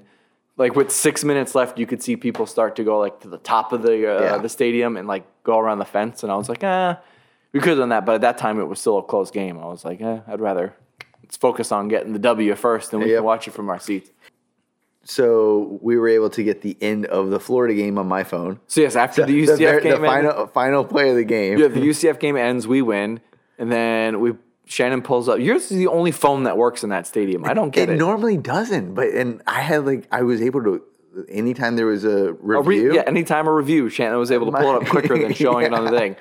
S1: like with six minutes left, you could see people start to go like to the top of the uh,
S2: Yeah.
S1: the stadium and like go around the fence. And I was like, ah, we could have done that. But at that time, it was still a close game. I was like, eh, I'd rather let's focus on getting the W first, and we
S2: Yep.
S1: can watch it from our seats.
S2: so we were able to get the end of the Florida game on my phone.
S1: So yes, after the
S2: the,
S1: UCF
S2: ver-
S1: game,
S2: the
S1: ended-
S2: final final play of the game.
S1: yeah, the UCF game ends, we win, and then we Shannon pulls up. Yours is the only phone that works in that stadium. I don't get
S2: it,
S1: it.
S2: normally doesn't, but and I had like I was able to anytime there was a
S1: A re-
S2: review.
S1: yeah, anytime a review, Shannon was able to pull it up quicker than showing it on the thing.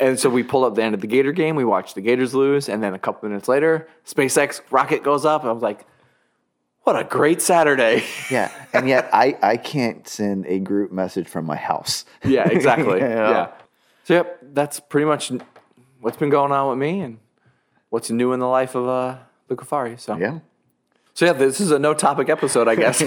S1: And so we pull up the end of the Gator game. We watch the Gators lose, and then a couple minutes later, SpaceX rocket goes up. I was like, "What a great Saturday!"
S2: Yeah, and yet I I can't send a group message from my house.
S1: yeah, exactly.
S2: Yeah.
S1: yeah. So yep, that's pretty much n- what's been going on with me, and what's new in the life of uh, Luca Fari. So
S2: Yeah,
S1: so yeah, this is a no topic episode, I guess.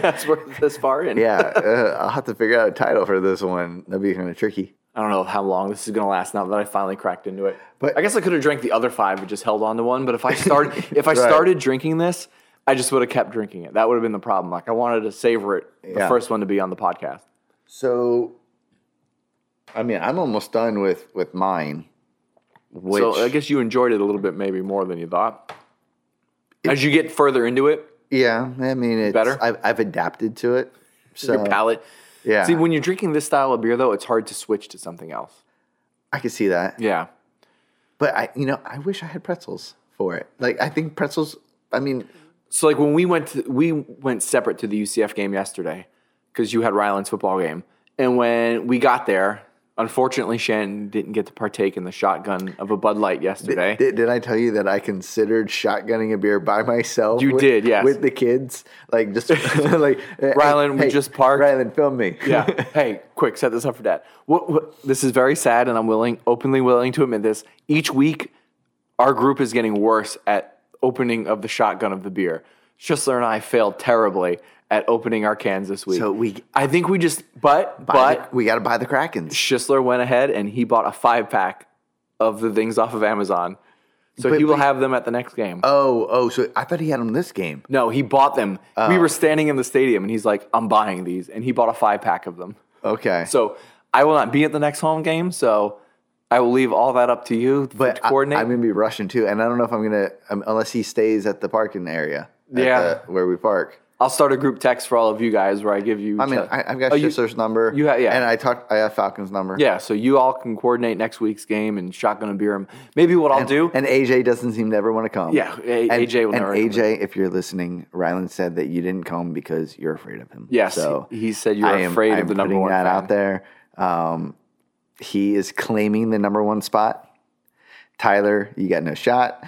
S1: that's where this far in.
S2: yeah. Uh, I'll have to figure out a title for this one. That'd be kind of tricky.
S1: I don't know how long this is going to last now that I finally cracked into it.
S2: But-
S1: But I guess I could have drank the other five and just held on to one. But if I started, if I
S2: Right.
S1: started drinking this, I just would have kept drinking it. That would have been the problem. Like I wanted to savor it, the
S2: Yeah.
S1: first one to be on the podcast.
S2: So, I mean, I'm almost done with with mine. Which
S1: so I guess you enjoyed it a little bit, maybe more than you thought. As you get further into it,
S2: yeah, I mean, it's
S1: Better?
S2: I've, I've adapted to it. So
S1: your palate.
S2: yeah,
S1: See, when you're drinking this style of beer, though, it's hard to switch to something else.
S2: I can see that.
S1: Yeah.
S2: But I, you know, I wish I had pretzels for it. Like I think pretzels. I mean,
S1: So like when we went to, we went separate to the UCF game yesterday because you had Ryland's football game, and when we got there, unfortunately Shannon didn't get to partake in the shotgun of a Bud Light yesterday.
S2: did, did I tell you that I considered shotgunning a beer by myself?
S1: You
S2: with,
S1: did, yes.
S2: With the kids, like just like eh,
S1: Rylan, we just parked.
S2: Rylan, film me.
S1: yeah. Hey, quick, set this up for Dad. What, what, this is very sad, and I'm willing, openly willing to admit this. Each week, our group is getting worse at opening of the shotgun of the beer. Schisler and I failed terribly at opening our cans this week.
S2: So we-
S1: I think we just, but,
S2: Buy
S1: but
S2: the- we got to buy the Krakens.
S1: Schisler went ahead and he bought a five pack of the things off of Amazon. So
S2: But-
S1: he will
S2: but-
S1: have them at the next game.
S2: Oh, oh! So I thought he had them this game.
S1: no, he bought them.
S2: Oh.
S1: We were standing in the stadium and he's like, I'm buying these. And he bought a five pack of them.
S2: Okay,
S1: So I will not be at the next home game. So I will leave all that up to you for-
S2: but
S1: to
S2: I,
S1: coordinate.
S2: am gonna be rushing too, and I don't know if I'm gonna um, unless he stays at the parking area. at
S1: Yeah.
S2: the- where we park.
S1: I'll start a group text for all of you guys where I give you.
S2: I mean, I, I've got
S1: Oh,
S2: oh,
S1: you-
S2: number.
S1: you ha- yeah.
S2: and I talked. I have Falcons number.
S1: yeah, so you all can coordinate next week's game and shotgun a beer. And maybe what I'll do.
S2: And AJ doesn't seem to ever want to come.
S1: Yeah, A-
S2: and,
S1: AJ will
S2: and
S1: never
S2: AJ, if you're listening, Rylan said that you didn't come because you're afraid of him.
S1: yes,
S2: So
S1: he, he said you're
S2: I am-
S1: afraid
S2: I
S1: of
S2: am
S1: the number
S2: putting
S1: one.
S2: that
S1: fan.
S2: out there. Um, he is claiming the number one spot. Tyler, you got no shot.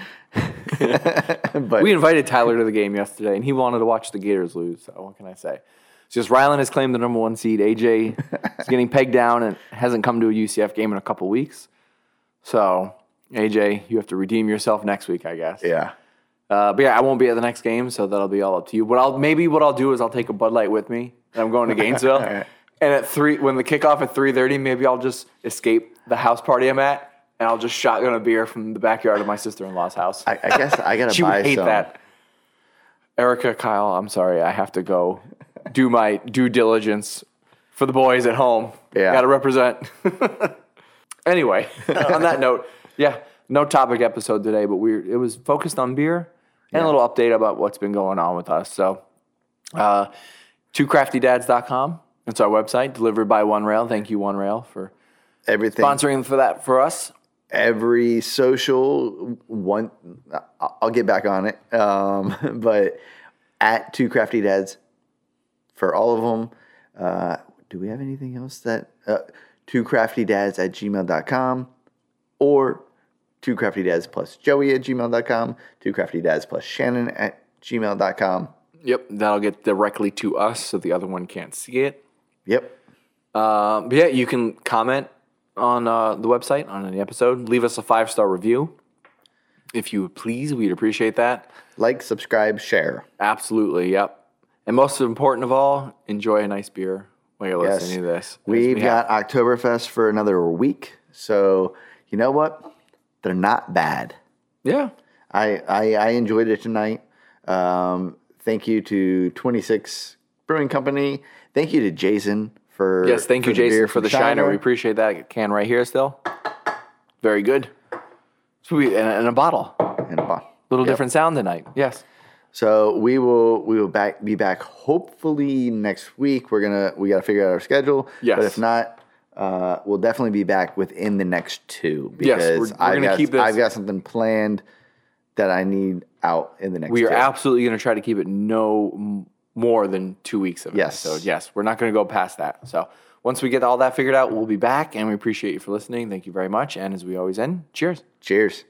S2: but
S1: We invited Tyler to the game yesterday, and he wanted to watch the Gators lose. So what can I say? It's just Rylan has claimed the number one seed. AJ is getting pegged down and hasn't come to a UCF game in a couple weeks. So AJ, you have to redeem yourself next week, I guess.
S2: yeah,
S1: Uh, but yeah, I won't be at the next game, so that'll be all up to you. What I'll maybe what I'll do is I'll take a Bud Light with me, and I'm going to Gainesville. and at three, when the kickoff at three thirty, maybe I'll just escape the house party I'm at, and I'll just shotgun a beer from the backyard of my sister-in-law's house.
S2: I, I guess I gotta
S1: She
S2: buy
S1: would hate
S2: some.
S1: that. Erica, Kyle, I'm sorry. I have to go do my due diligence for the boys at home.
S2: Yeah.
S1: Got to represent. anyway, on that note, yeah, no topic episode today, but we it was focused on beer and a little update about what's been going on with us. So Uh, twocraftydads.com. It's our website, delivered by One Rail. Thank you, One Rail, for
S2: Everything.
S1: sponsoring for that for us.
S2: every social one I- i'll get back on it um, but at two crafty dads for all of them uh, do we have anything else that uh, two crafty dads at gmail.com or two crafty dads plus joey at gmail.com two crafty dads plus shannon at gmail.com
S1: Yep, that'll get directly to us, so the other one can't see it.
S2: yep
S1: Um, but yeah, you can comment on uh, the website on any episode. Leave us a five star review, if you would please. We'd appreciate that.
S2: like subscribe share
S1: Absolutely. Yep. And most important of all, enjoy a nice beer while you're
S2: Yes.
S1: listening to this.
S2: We've
S1: We have-
S2: got Oktoberfest for another week. So, you know what? They're not bad.
S1: yeah.
S2: I, I, I enjoyed it tonight. Um, thank you to 26 Brewing Company. Thank you to Jason for.
S1: Yes. Thank you,
S2: for the
S1: Jason,
S2: beer
S1: for
S2: from
S1: the shiner. We appreciate that can right here still. Very good. Sweet. And, and a bottle.
S2: And a bottle.
S1: Little
S2: Yep.
S1: different sound tonight. Yes.
S2: So we will we will back be back hopefully next week. We're gonna we gotta figure out our schedule.
S1: Yes.
S2: But if not, uh, we'll definitely be back within the next two
S1: Yes, we're-
S2: because
S1: we're
S2: I've
S1: gonna
S2: got
S1: keep this-
S2: I've got something planned that I need out in the next.
S1: We are
S2: two.
S1: absolutely going to try to keep it no m- more than two weeks of an
S2: Yes.
S1: episode. Yes, we're not going to go past that. So once we get all that figured out, we'll be back, and we appreciate you for listening. Thank you very much. And as we always end, cheers.
S2: Cheers.